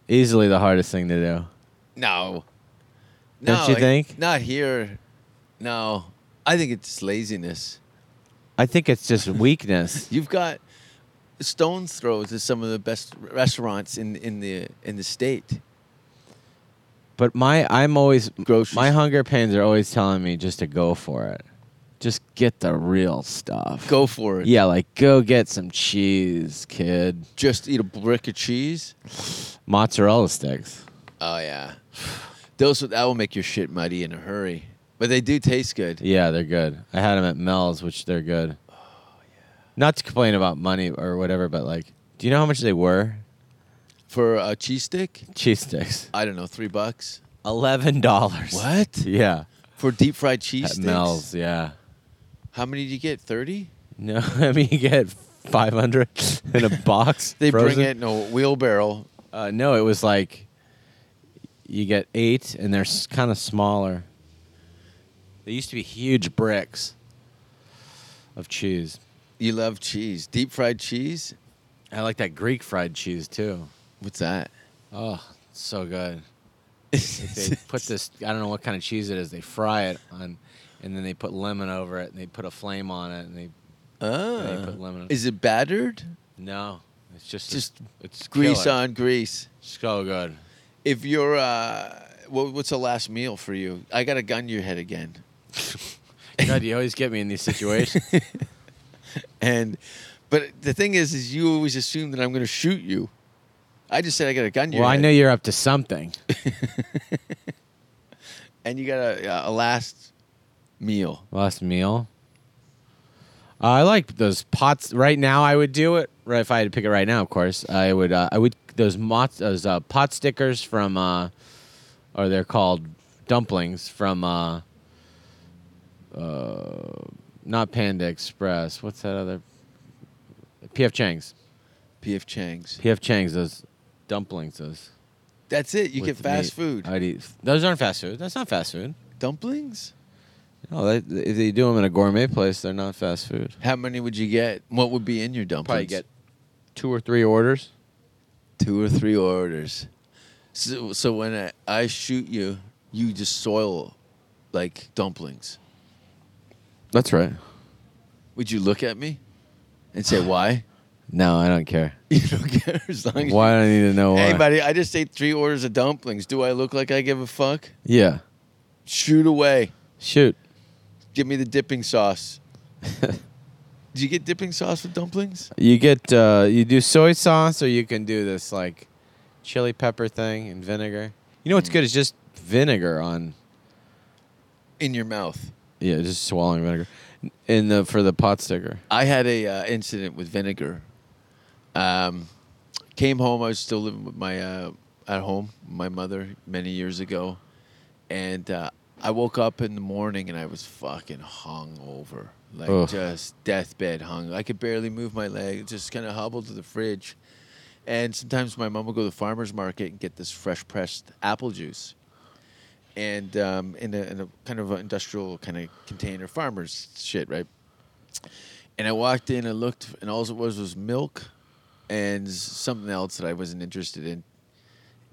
Speaker 4: Easily the hardest thing to do.
Speaker 3: No.
Speaker 4: Don't you
Speaker 3: I-
Speaker 4: think?
Speaker 3: Not here. No. I think it's laziness.
Speaker 4: I think it's just weakness.
Speaker 3: You've got stone's throws to some of the best restaurants in in the in the state.
Speaker 4: But my I'm always
Speaker 3: Groceries.
Speaker 4: my hunger pains are always telling me just to go for it. Just get the real stuff.
Speaker 3: Go for it.
Speaker 4: Yeah, like go get some cheese, kid.
Speaker 3: just eat a brick of cheese.
Speaker 4: Mozzarella sticks.
Speaker 3: Oh yeah, those that will make your shit muddy in a hurry. But they do taste good.
Speaker 4: Yeah, they're good. I had them at Mel's, which they're good. Oh yeah. Not to complain about money or whatever, but like, do you know how much they were?
Speaker 3: For a cheese stick,
Speaker 4: Cheese sticks.
Speaker 3: I don't know, three bucks.
Speaker 4: Eleven dollars.
Speaker 3: What?
Speaker 4: Yeah.
Speaker 3: For deep fried cheese
Speaker 4: At
Speaker 3: sticks?
Speaker 4: Mel's, yeah.
Speaker 3: How many did you get? Thirty.
Speaker 4: No, I mean you get five hundred in a box.
Speaker 3: They
Speaker 4: frozen.
Speaker 3: bring it in a wheelbarrow.
Speaker 4: Uh, no, it was like you get eight, and they're kind of smaller. They used to be huge bricks of cheese.
Speaker 3: You love cheese, deep fried cheese.
Speaker 4: I like that Greek fried cheese too.
Speaker 3: What's that?
Speaker 4: Oh, it's so good. They put this I don't know what kind of cheese it is. They fry it on and then they put lemon over it and they put a flame on it and they
Speaker 3: oh.
Speaker 4: put lemon-
Speaker 3: Is it battered?
Speaker 4: no. It's just
Speaker 3: Just
Speaker 4: it's
Speaker 3: Grease
Speaker 4: killer.
Speaker 3: on grease.
Speaker 4: So good.
Speaker 3: If you're, uh, what, what's the last meal for you? I got a gun to your head again.
Speaker 4: God, you always get me in these situations.
Speaker 3: And but the thing is, is you always assume that I'm going to shoot you. I just said I got a gun. to your
Speaker 4: well, I
Speaker 3: head.
Speaker 4: know you're up to something.
Speaker 3: And you got a, a last meal.
Speaker 4: Last meal. Uh, I like those pots. Right now, I would do it. Right, if I had to pick it right now, of course, I would. Uh, I would those mot- those uh, pot stickers from, uh, or they're called dumplings from, uh, uh, not Panda Express. What's that other? P.F. Chang's.
Speaker 3: P.F. Chang's.
Speaker 4: P.F. Chang's. Those dumplings. Those.
Speaker 3: That's it. You get
Speaker 4: with
Speaker 3: fast
Speaker 4: meat.
Speaker 3: food.
Speaker 4: I'd eat. Those aren't fast food. That's not fast food.
Speaker 3: Dumplings.
Speaker 4: No, they, if they do them in a gourmet place, they're not fast food.
Speaker 3: How many would you get? What would be in your dumplings?
Speaker 4: Probably get two or three orders.
Speaker 3: two or three orders. So, so when I, I shoot you, you just soil like dumplings.
Speaker 4: That's right.
Speaker 3: Would you look at me and say why?
Speaker 4: No, I don't care.
Speaker 3: You don't care as long as
Speaker 4: Why do I need to know why?
Speaker 3: Hey, buddy, I just ate three orders of dumplings. Do I look like I give a fuck?
Speaker 4: Yeah.
Speaker 3: Shoot away.
Speaker 4: Shoot.
Speaker 3: Give me the dipping sauce. Do you get dipping sauce with dumplings?
Speaker 4: You get uh, you do soy sauce, or you can do this like chili pepper thing and vinegar. You know what's good is just vinegar on
Speaker 3: In your mouth.
Speaker 4: yeah, just swallowing vinegar in the for the pot sticker.
Speaker 3: I had a uh, incident with vinegar. Um, came home. I was still living with my uh, at home, my mother, many years ago, and uh, I woke up in the morning and I was fucking hungover, like
Speaker 4: Ugh.
Speaker 3: just deathbed hung. I could barely move my leg. Just kind of hobbled to the fridge, and sometimes my mom would go to the farmer's market and get this fresh pressed apple juice and um, in, a, in a kind of a industrial kind of container, farmers shit, right? And I walked in, I looked, and all it was was milk and s- something else that I wasn't interested in.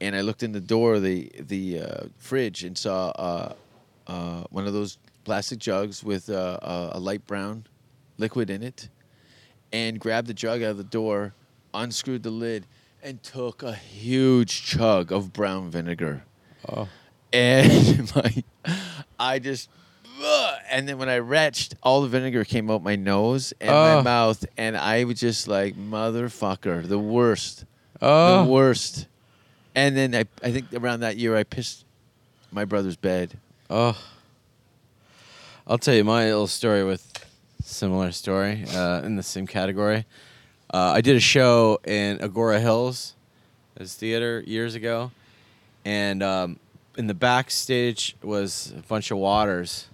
Speaker 3: And I looked in the door of the the uh, fridge and saw uh, uh, one of those plastic jugs with uh, a, a light brown liquid in it, and grabbed the jug out of the door, unscrewed the lid, and took a huge chug of brown vinegar and my, I just, ugh, and then when I retched, all the vinegar came out my nose and my
Speaker 4: Oh.
Speaker 3: mouth, and I was just like, motherfucker, the worst,
Speaker 4: Oh.
Speaker 3: the worst. And then I, I think around that year, I pissed my brother's bed.
Speaker 4: Oh, I'll tell you my little story with similar story uh, in the same category. Uh, I did a show in Agora Hills, this theater years ago, and um, in the backstage was a bunch of waters,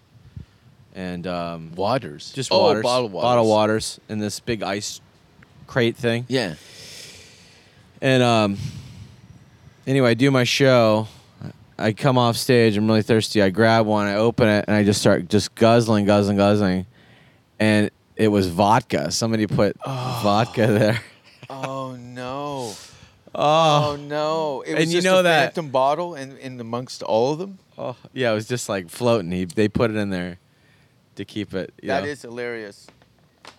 Speaker 4: and um,
Speaker 3: Waters,
Speaker 4: just
Speaker 3: oh,
Speaker 4: waters,
Speaker 3: bottled waters,
Speaker 4: bottle waters, in this big ice crate thing.
Speaker 3: Yeah,
Speaker 4: And um, anyway, I do my show. I come off stage. I'm really thirsty. I grab one. I open it, and I just start just guzzling, guzzling, guzzling. And it was vodka. Somebody put vodka there.
Speaker 3: Oh no!
Speaker 4: Oh,
Speaker 3: Oh no! It
Speaker 4: And
Speaker 3: was
Speaker 4: you
Speaker 3: just
Speaker 4: know
Speaker 3: a
Speaker 4: that-
Speaker 3: phantom bottle, and in amongst all of them,
Speaker 4: oh, yeah. It was just like floating. He, they put it in there to keep it. You
Speaker 3: That
Speaker 4: know.
Speaker 3: is hilarious.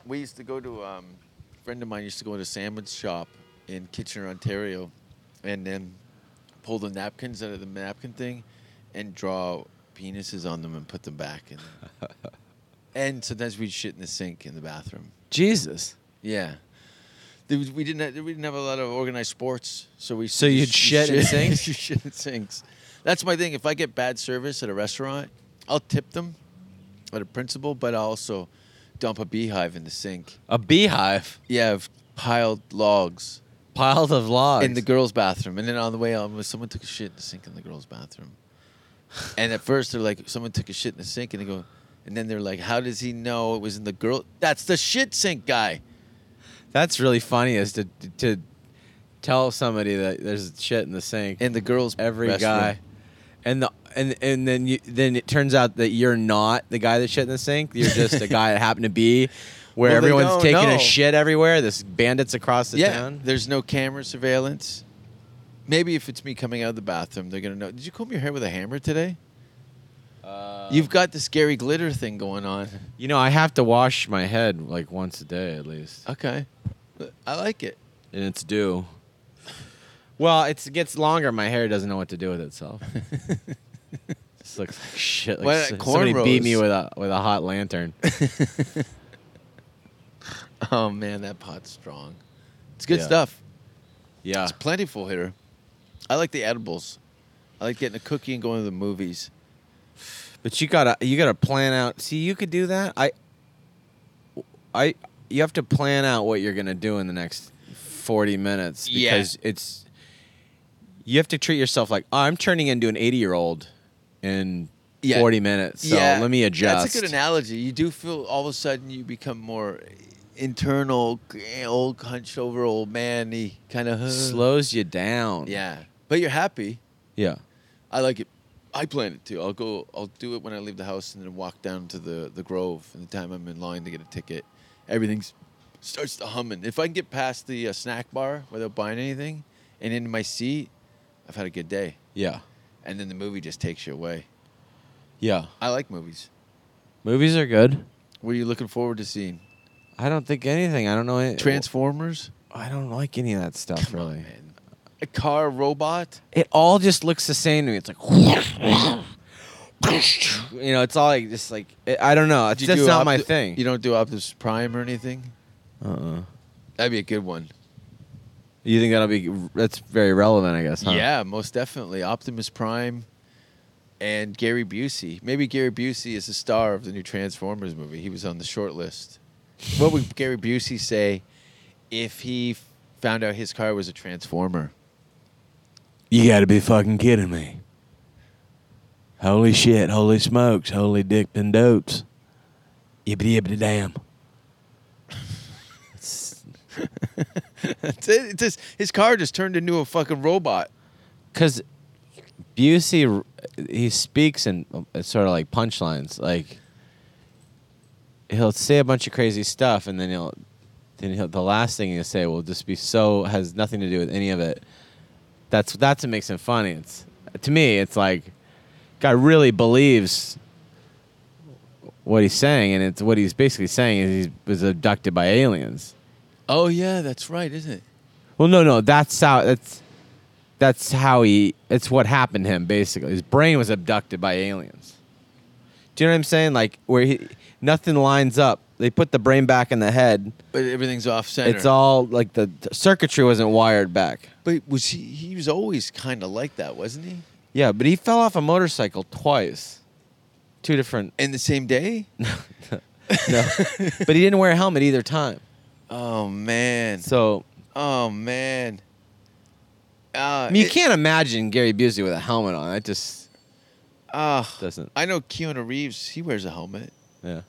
Speaker 3: We used to go to um, a friend of mine used to go to a sandwich shop in Kitchener, Ontario, and then pull the napkins out of the napkin thing and draw penises on them and put them back in. Them. and sometimes we'd shit in the sink in the bathroom.
Speaker 4: Jesus.
Speaker 3: Yeah. There was- We didn't, have, we didn't have a lot of organized sports, so we
Speaker 4: So you'd
Speaker 3: you
Speaker 4: shit in sinks?
Speaker 3: you shit in sinks. That's my thing. If I get bad service at a restaurant, I'll tip them, at a principal, but I also dump a beehive in the sink.
Speaker 4: A beehive
Speaker 3: Yeah, of piled logs
Speaker 4: piled of logs.
Speaker 3: in the girls' bathroom, and then on the way out, someone took a shit in the sink in the girls' bathroom. And at first, they're like, someone took a shit in the sink, and they go, and then they're like, how does he know it was in the girl? That's the shit sink guy.
Speaker 4: That's really funny is to to tell somebody that there's shit in the sink.
Speaker 3: And the girls'
Speaker 4: every
Speaker 3: restroom.
Speaker 4: guy. And the and and then you then it turns out that you're not the guy that shit in the sink. You're just a guy that happened to be where
Speaker 3: Well, they
Speaker 4: everyone's
Speaker 3: don't
Speaker 4: taking
Speaker 3: know.
Speaker 4: a shit everywhere. This bandits across the
Speaker 3: yeah,
Speaker 4: town.
Speaker 3: there's no camera surveillance. Maybe if it's me coming out of the bathroom, they're gonna know. Did you comb your hair with a hammer today?
Speaker 4: Uh,
Speaker 3: You've got the scary glitter thing going on.
Speaker 4: You know, I have to wash my head like once a day at least,
Speaker 3: Okay, I like it.
Speaker 4: and it's due. Well, it's, it gets longer. My hair doesn't know what to do with itself. this looks like shit. Like
Speaker 3: Why
Speaker 4: so-
Speaker 3: not
Speaker 4: somebody beat me
Speaker 3: cornrows?
Speaker 4: with a with a hot lantern.
Speaker 3: Oh man, that pot's strong. It's good
Speaker 4: Yeah. Ah.
Speaker 3: stuff.
Speaker 4: Yeah.
Speaker 3: It's plentiful here. I like the edibles. I like getting a cookie and going to the movies.
Speaker 4: But you gotta you gotta plan out. See, you could do that. I, I, you have to plan out what you're gonna do in the next forty minutes
Speaker 3: Yeah.
Speaker 4: because it's. You have to treat yourself like "Oh, I'm turning into an eighty year old in
Speaker 3: Yeah.
Speaker 4: forty minutes. So let me adjust.
Speaker 3: That's a good analogy. You do feel all of a sudden you become more internal, old hunch over old man y kind of
Speaker 4: Slows you down.
Speaker 3: Yeah, but you're happy.
Speaker 4: Yeah.
Speaker 3: I like it. I plan it too. I'll go. I'll do it when I leave the house, and then walk down to the the Grove. And the time I'm in line to get a ticket, everything starts to humming. If I can get past the uh, snack bar without buying anything, and into my seat, I've had a good day.
Speaker 4: Yeah.
Speaker 3: And then the movie just takes you away.
Speaker 4: Yeah.
Speaker 3: I like movies.
Speaker 4: Movies are good.
Speaker 3: What are you looking forward to seeing?
Speaker 4: I don't think anything. I don't know. Any,
Speaker 3: Transformers.
Speaker 4: I don't like any of that stuff
Speaker 3: Come on,
Speaker 4: really.
Speaker 3: man. A car robot.
Speaker 4: It all just looks the same to me. It's like you know, it's all like just like it, I don't know. It's
Speaker 3: You
Speaker 4: just
Speaker 3: do
Speaker 4: not
Speaker 3: Opti-
Speaker 4: my thing.
Speaker 3: You don't do Optimus Prime or anything?
Speaker 4: uh-uh.
Speaker 3: That'd be a good one.
Speaker 4: You think that'll be that's very relevant, I guess. Huh?
Speaker 3: Yeah, most definitely. Optimus Prime and Gary Busey. Maybe Gary Busey is the star of the new Transformers movie. He was on the short list. What would Gary Busey say if he found out his car was a Transformer?
Speaker 7: You gotta be fucking kidding me. Holy shit, holy smokes, holy dick and dotes. Yippity yippity damn.
Speaker 3: That's it. It's just, his car just turned into a fucking robot.
Speaker 4: because Busey he speaks in uh, sort of like punchlines. Like he'll say a bunch of crazy stuff, and then he'll then he'll the last thing he'll say will just be so has nothing to do with any of it. That's that's what makes him funny. It's to me, it's like guy really believes what he's saying, and it's what he's basically saying is he was abducted by aliens.
Speaker 3: Oh, yeah, that's right, isn't it?
Speaker 4: Well, no, no, that's how that's that's how he. It's what happened to him basically. His brain was abducted by aliens. Do you know what I'm saying? Like where he nothing lines up. They put the brain back in the head.
Speaker 3: But everything's off center.
Speaker 4: It's all like the, the circuitry wasn't wired back.
Speaker 3: But was he? He was always kind of like that, wasn't he?
Speaker 4: Yeah, but he fell off a motorcycle twice. Two different.
Speaker 3: In the same day?
Speaker 4: No, but he didn't wear a helmet either time.
Speaker 3: Oh man!
Speaker 4: So
Speaker 3: Oh man! Uh,
Speaker 4: I mean, you
Speaker 3: it-
Speaker 4: can't imagine Gary Busey with a helmet on. That just
Speaker 3: ah,
Speaker 4: doesn't.
Speaker 3: I know Keanu Reeves. He wears a helmet
Speaker 4: Yeah,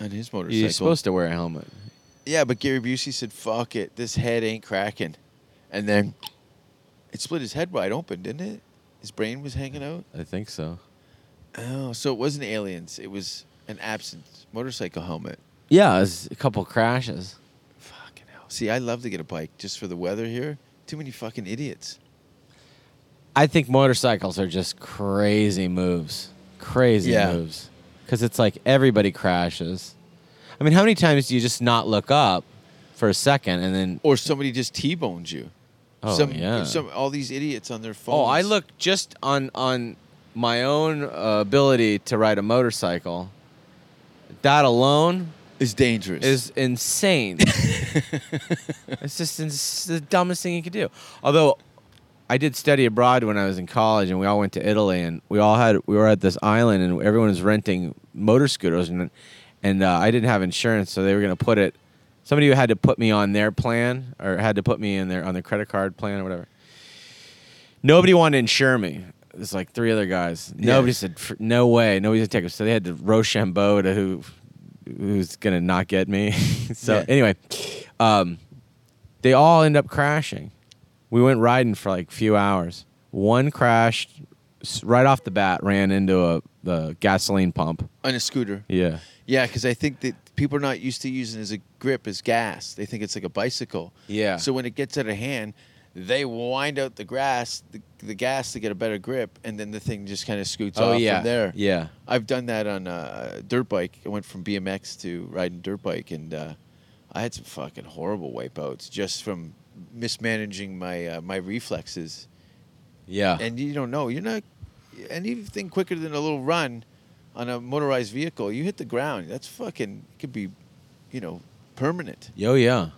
Speaker 3: on his motorcycle.
Speaker 4: you're supposed to wear a helmet.
Speaker 3: Yeah, but Gary Busey said, "Fuck it, this head ain't cracking," and then it split his head wide open, didn't it? His brain was hanging out.
Speaker 4: I think so.
Speaker 3: Oh, so it wasn't aliens. It was an absent motorcycle helmet.
Speaker 4: Yeah, it was a couple crashes.
Speaker 3: Fucking hell! See, I love to get a bike just for the weather here. Too many fucking idiots.
Speaker 4: I think motorcycles are just crazy moves. Crazy
Speaker 3: Yeah.
Speaker 4: moves. Because it's like everybody crashes. I mean, how many times do you just not look up for a second and then.
Speaker 3: Or somebody just T-boned you.
Speaker 4: Oh,
Speaker 3: some,
Speaker 4: yeah.
Speaker 3: Some, all these idiots on their phones.
Speaker 4: Oh, I look just on, on my own uh, ability to ride a motorcycle. That alone
Speaker 3: It's dangerous.
Speaker 4: is insane. it's just ins- the dumbest thing you could do. Although I did study abroad when I was in college, and we all went to Italy, and we all had we were at this island, and everyone was renting motor scooters, and and uh, I didn't have insurance, so they were gonna put it. Somebody had to put me on their plan, or had to put me in their on their credit card plan or whatever. Nobody wanted to insure me. There's like three other guys. Nobody said "F- no way. Nobody's gonna take it. So they had to Rochambeau to who who's gonna not get me. so
Speaker 3: Yeah.
Speaker 4: anyway, um, they all end up crashing. We went riding for like a few hours. One crashed s- right off the bat, ran into a the gasoline pump.
Speaker 3: on a scooter.
Speaker 4: Yeah.
Speaker 3: Yeah, because I think that people are not used to using it as a grip as gas. They think it's like a bicycle.
Speaker 4: Yeah.
Speaker 3: So when it gets out of hand, they wind out the grass, the, the gas to get a better grip, and then the thing just kind of scoots
Speaker 4: oh
Speaker 3: off
Speaker 4: yeah.
Speaker 3: from there.
Speaker 4: Yeah.
Speaker 3: I've done that on uh, a dirt bike. I went from BMX to riding dirt bike, and uh, I had some fucking horrible wipeouts just from mismanaging my uh, my reflexes.
Speaker 4: Yeah.
Speaker 3: And you don't know. You're not anything quicker than a little run on a motorized vehicle. You hit the ground. That's fucking could be, you know, permanent.
Speaker 4: Yo, yeah.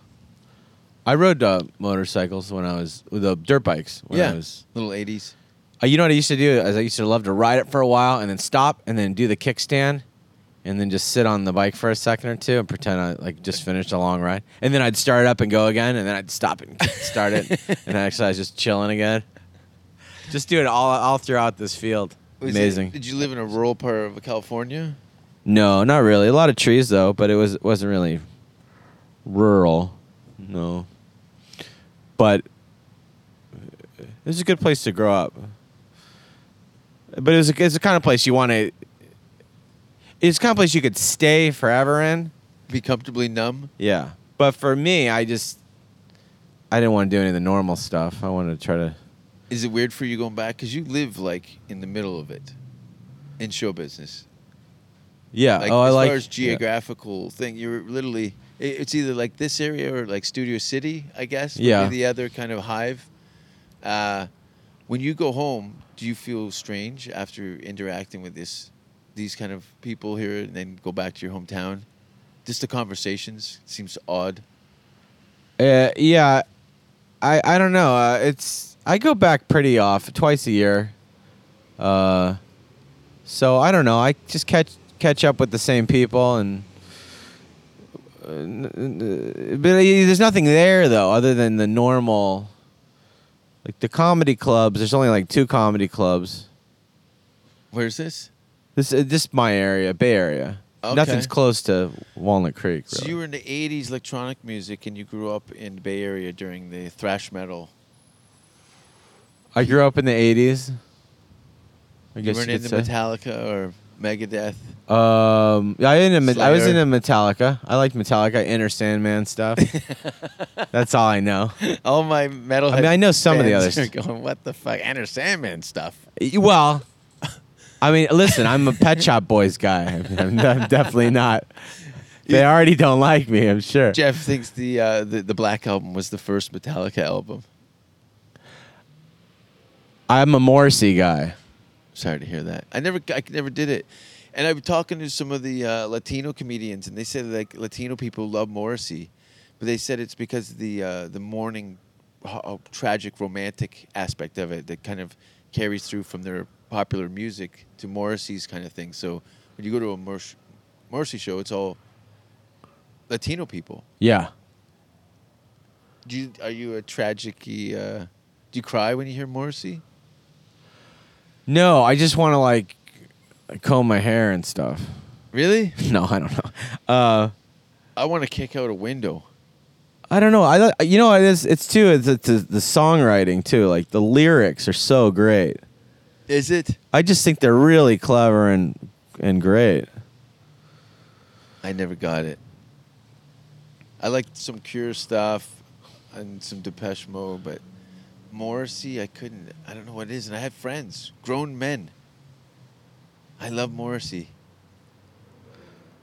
Speaker 4: I rode uh, motorcycles when I was with the dirt bikes. When I was,
Speaker 3: little eighties.
Speaker 4: uh, you know what I used to do? Is I used to love to ride it for a while and then stop and then do the kickstand, and then just sit on the bike for a second or two and pretend I like just finished a long ride, and then I'd start up and go again, and then I'd stop and start it, and actually I was just chilling again. Just do it all all throughout this field. Amazing.
Speaker 3: did you live in a rural part of California?
Speaker 4: No, not really. A lot of trees though, but it was wasn't really rural. No. But it was a good place to grow up. But it was a, it's the kind of place you want to it's the kind of place you could stay forever in.
Speaker 3: Be comfortably numb.
Speaker 4: Yeah. But for me, I just I didn't want to do any of the normal stuff. I wanted to try to
Speaker 3: Is it weird for you going back? Because you live like in the middle of it, in show business.
Speaker 4: Yeah.
Speaker 3: Like
Speaker 4: oh,
Speaker 3: as
Speaker 4: I like
Speaker 3: far as
Speaker 4: yeah.
Speaker 3: geographical thing, you're literally it- it's either like this area or like Studio City, I guess. would be
Speaker 4: Yeah.
Speaker 3: the other kind of hive. Uh, When you go home, do you feel strange after interacting with this, these kind of people here, and then go back to your hometown? Just the conversations seems odd.
Speaker 4: Uh, yeah, I I don't know. Uh, it's I go back pretty off twice a year, uh, so I don't know. I just catch catch up with the same people and. uh, n- n- uh, But uh, there's nothing there though, other than the normal, like the comedy clubs. There's only like two comedy clubs.
Speaker 3: Where's this?
Speaker 4: This uh, just my area, Bay Area.
Speaker 3: Okay.
Speaker 4: Nothing's close to Walnut Creek.
Speaker 3: So
Speaker 4: really.
Speaker 3: you were in the '80s electronic music, and you grew up in the Bay Area during the thrash metal.
Speaker 4: I grew up in the '80s. I
Speaker 3: You
Speaker 4: guess
Speaker 3: weren't
Speaker 4: you
Speaker 3: into
Speaker 4: could say.
Speaker 3: Metallica or Megadeth.
Speaker 4: Um, I in a, I was in
Speaker 3: Slayer.
Speaker 4: a Metallica. I liked Metallica. I Inner Sandman stuff. That's all I know.
Speaker 3: All my metal.
Speaker 4: I mean, I know some of the others.
Speaker 3: going, what the fuck? Enter Sandman stuff.
Speaker 4: Well, I mean, listen, I'm a Pet Shop Boys guy. I'm, I'm definitely not. They already don't like me. I'm sure.
Speaker 3: Jeff thinks the, uh, the the Black album was the first Metallica album.
Speaker 4: I'm a Morrissey guy.
Speaker 3: Sorry to hear that. I never I never did it. And I was talking to some of the uh, Latino comedians, and they said like Latino people love Morrissey, but they said it's because of the uh, the mourning, ho- ho- tragic, romantic aspect of it that kind of carries through from their popular music to Morrissey's kind of thing. So when you go to a Mor- Morrissey show, it's all Latino people.
Speaker 4: Yeah.
Speaker 3: Do you, are you a tragic? Uh, do you cry when you hear Morrissey?
Speaker 4: No, I just want to like comb my hair and stuff.
Speaker 3: Really?
Speaker 4: No, I don't know. Uh,
Speaker 3: I want to kick out a window.
Speaker 4: I don't know. I li- you know it's it's too it's, it's the songwriting too. Like the lyrics are so great.
Speaker 3: Is it?
Speaker 4: I just think they're really clever and and great.
Speaker 3: I never got it. I liked some Cure stuff and some Depeche Mode, but Morrissey, I couldn't. I don't know what it is. And I had friends, grown men. I love Morrissey.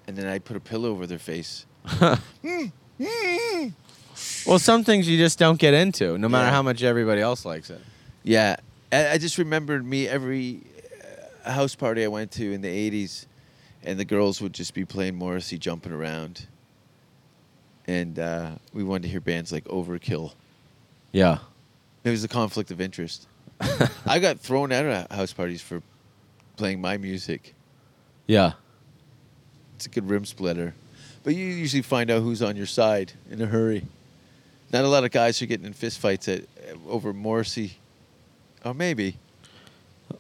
Speaker 3: And then I put a pillow over their face.
Speaker 4: Well, some things you just don't get into, no matter
Speaker 3: Yeah.
Speaker 4: how much everybody else likes it.
Speaker 3: Yeah, I, I just remembered me every uh, house party I went to in the '80s, and the girls would just be playing Morrissey, jumping around, and uh, we wanted to hear bands like Overkill.
Speaker 4: Yeah.
Speaker 3: It was a conflict of interest. I got thrown out of house parties for playing my music.
Speaker 4: Yeah.
Speaker 3: It's a good rim splitter, but you usually find out who's on your side in a hurry. Not a lot of guys are getting in fistfights at over Morrissey, or maybe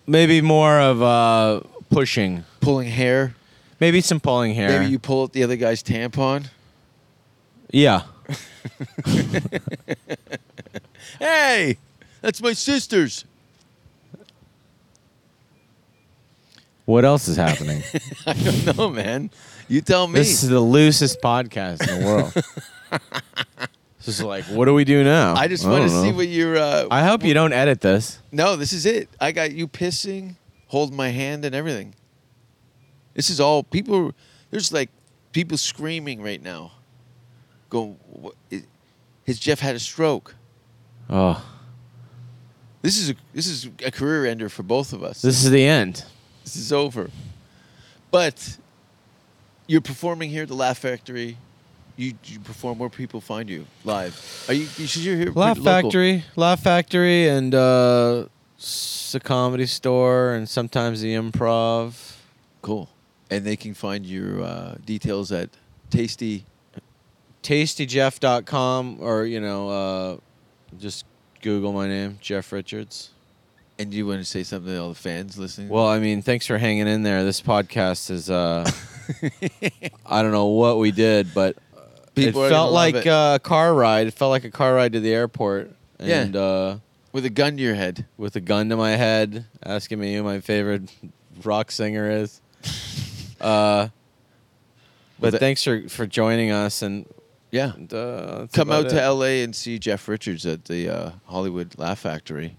Speaker 4: Maybe more of uh, pushing.
Speaker 3: pulling hair.
Speaker 4: Maybe some pulling hair.
Speaker 3: Maybe you pull out the other guy's tampon.
Speaker 4: yeah.
Speaker 3: Hey, that's my sister's.
Speaker 4: What else is happening?
Speaker 3: I don't know, man. You tell me.
Speaker 4: this is the loosest podcast in the world. just like, what do we do now?
Speaker 3: I just want to
Speaker 4: don't
Speaker 3: see
Speaker 4: know.
Speaker 3: what you're. Uh,
Speaker 4: I hope you don't edit this.
Speaker 3: no, this is it. I got you pissing, hold my hand, and everything. This is all people. There's like people screaming right now. Going, what, is, has Jeff had a stroke?
Speaker 4: Oh,
Speaker 3: This is a this is a career ender for both of us.
Speaker 4: this is the end.
Speaker 3: this is over. But you're performing here at the Laugh Factory. You, you perform where people find you live. Are you? you should you here?
Speaker 4: Laugh
Speaker 3: pretty local.
Speaker 4: Factory, Laugh Factory, and uh, s- the Comedy Store, and sometimes the Improv.
Speaker 3: Cool. And they can find your uh, details at Tasty.
Speaker 4: TastyJeff.com, or you know, uh, just Google my name, Jeff Richards.
Speaker 3: And you want to say something to all the fans listening?
Speaker 4: Well, I mean, thanks for hanging in there. This podcast is, uh, I don't know what we did, but uh,
Speaker 3: People
Speaker 4: it
Speaker 3: are gonna
Speaker 4: felt
Speaker 3: love
Speaker 4: like
Speaker 3: it.
Speaker 4: uh, a car ride. It felt like a car ride to the airport.
Speaker 3: Yeah.
Speaker 4: And, uh,
Speaker 3: with a gun to your head.
Speaker 4: with a gun to my head, asking me who my favorite rock singer is. uh, but
Speaker 3: With a-
Speaker 4: thanks for, for joining us and
Speaker 3: Yeah.
Speaker 4: uh, that's
Speaker 3: Come out
Speaker 4: about it.
Speaker 3: to LA and see Jeff Richards at the uh, Hollywood Laugh Factory.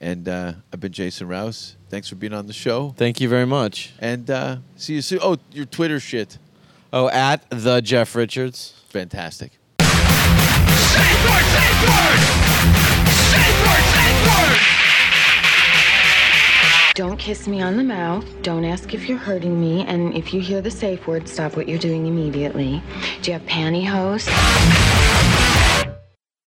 Speaker 3: And uh, I've been Jason Rouse. Thanks for being on the show.
Speaker 4: Thank you very much.
Speaker 3: And uh, see you soon. Oh, your Twitter shit.
Speaker 4: Oh, at the Jeff Richards.
Speaker 3: Fantastic.
Speaker 8: Safe word, safe word! Safe word, safe word!
Speaker 9: Don't kiss me on the mouth. Don't ask if you're hurting me. And if you hear the safe word, stop what you're doing immediately. Do you have pantyhose?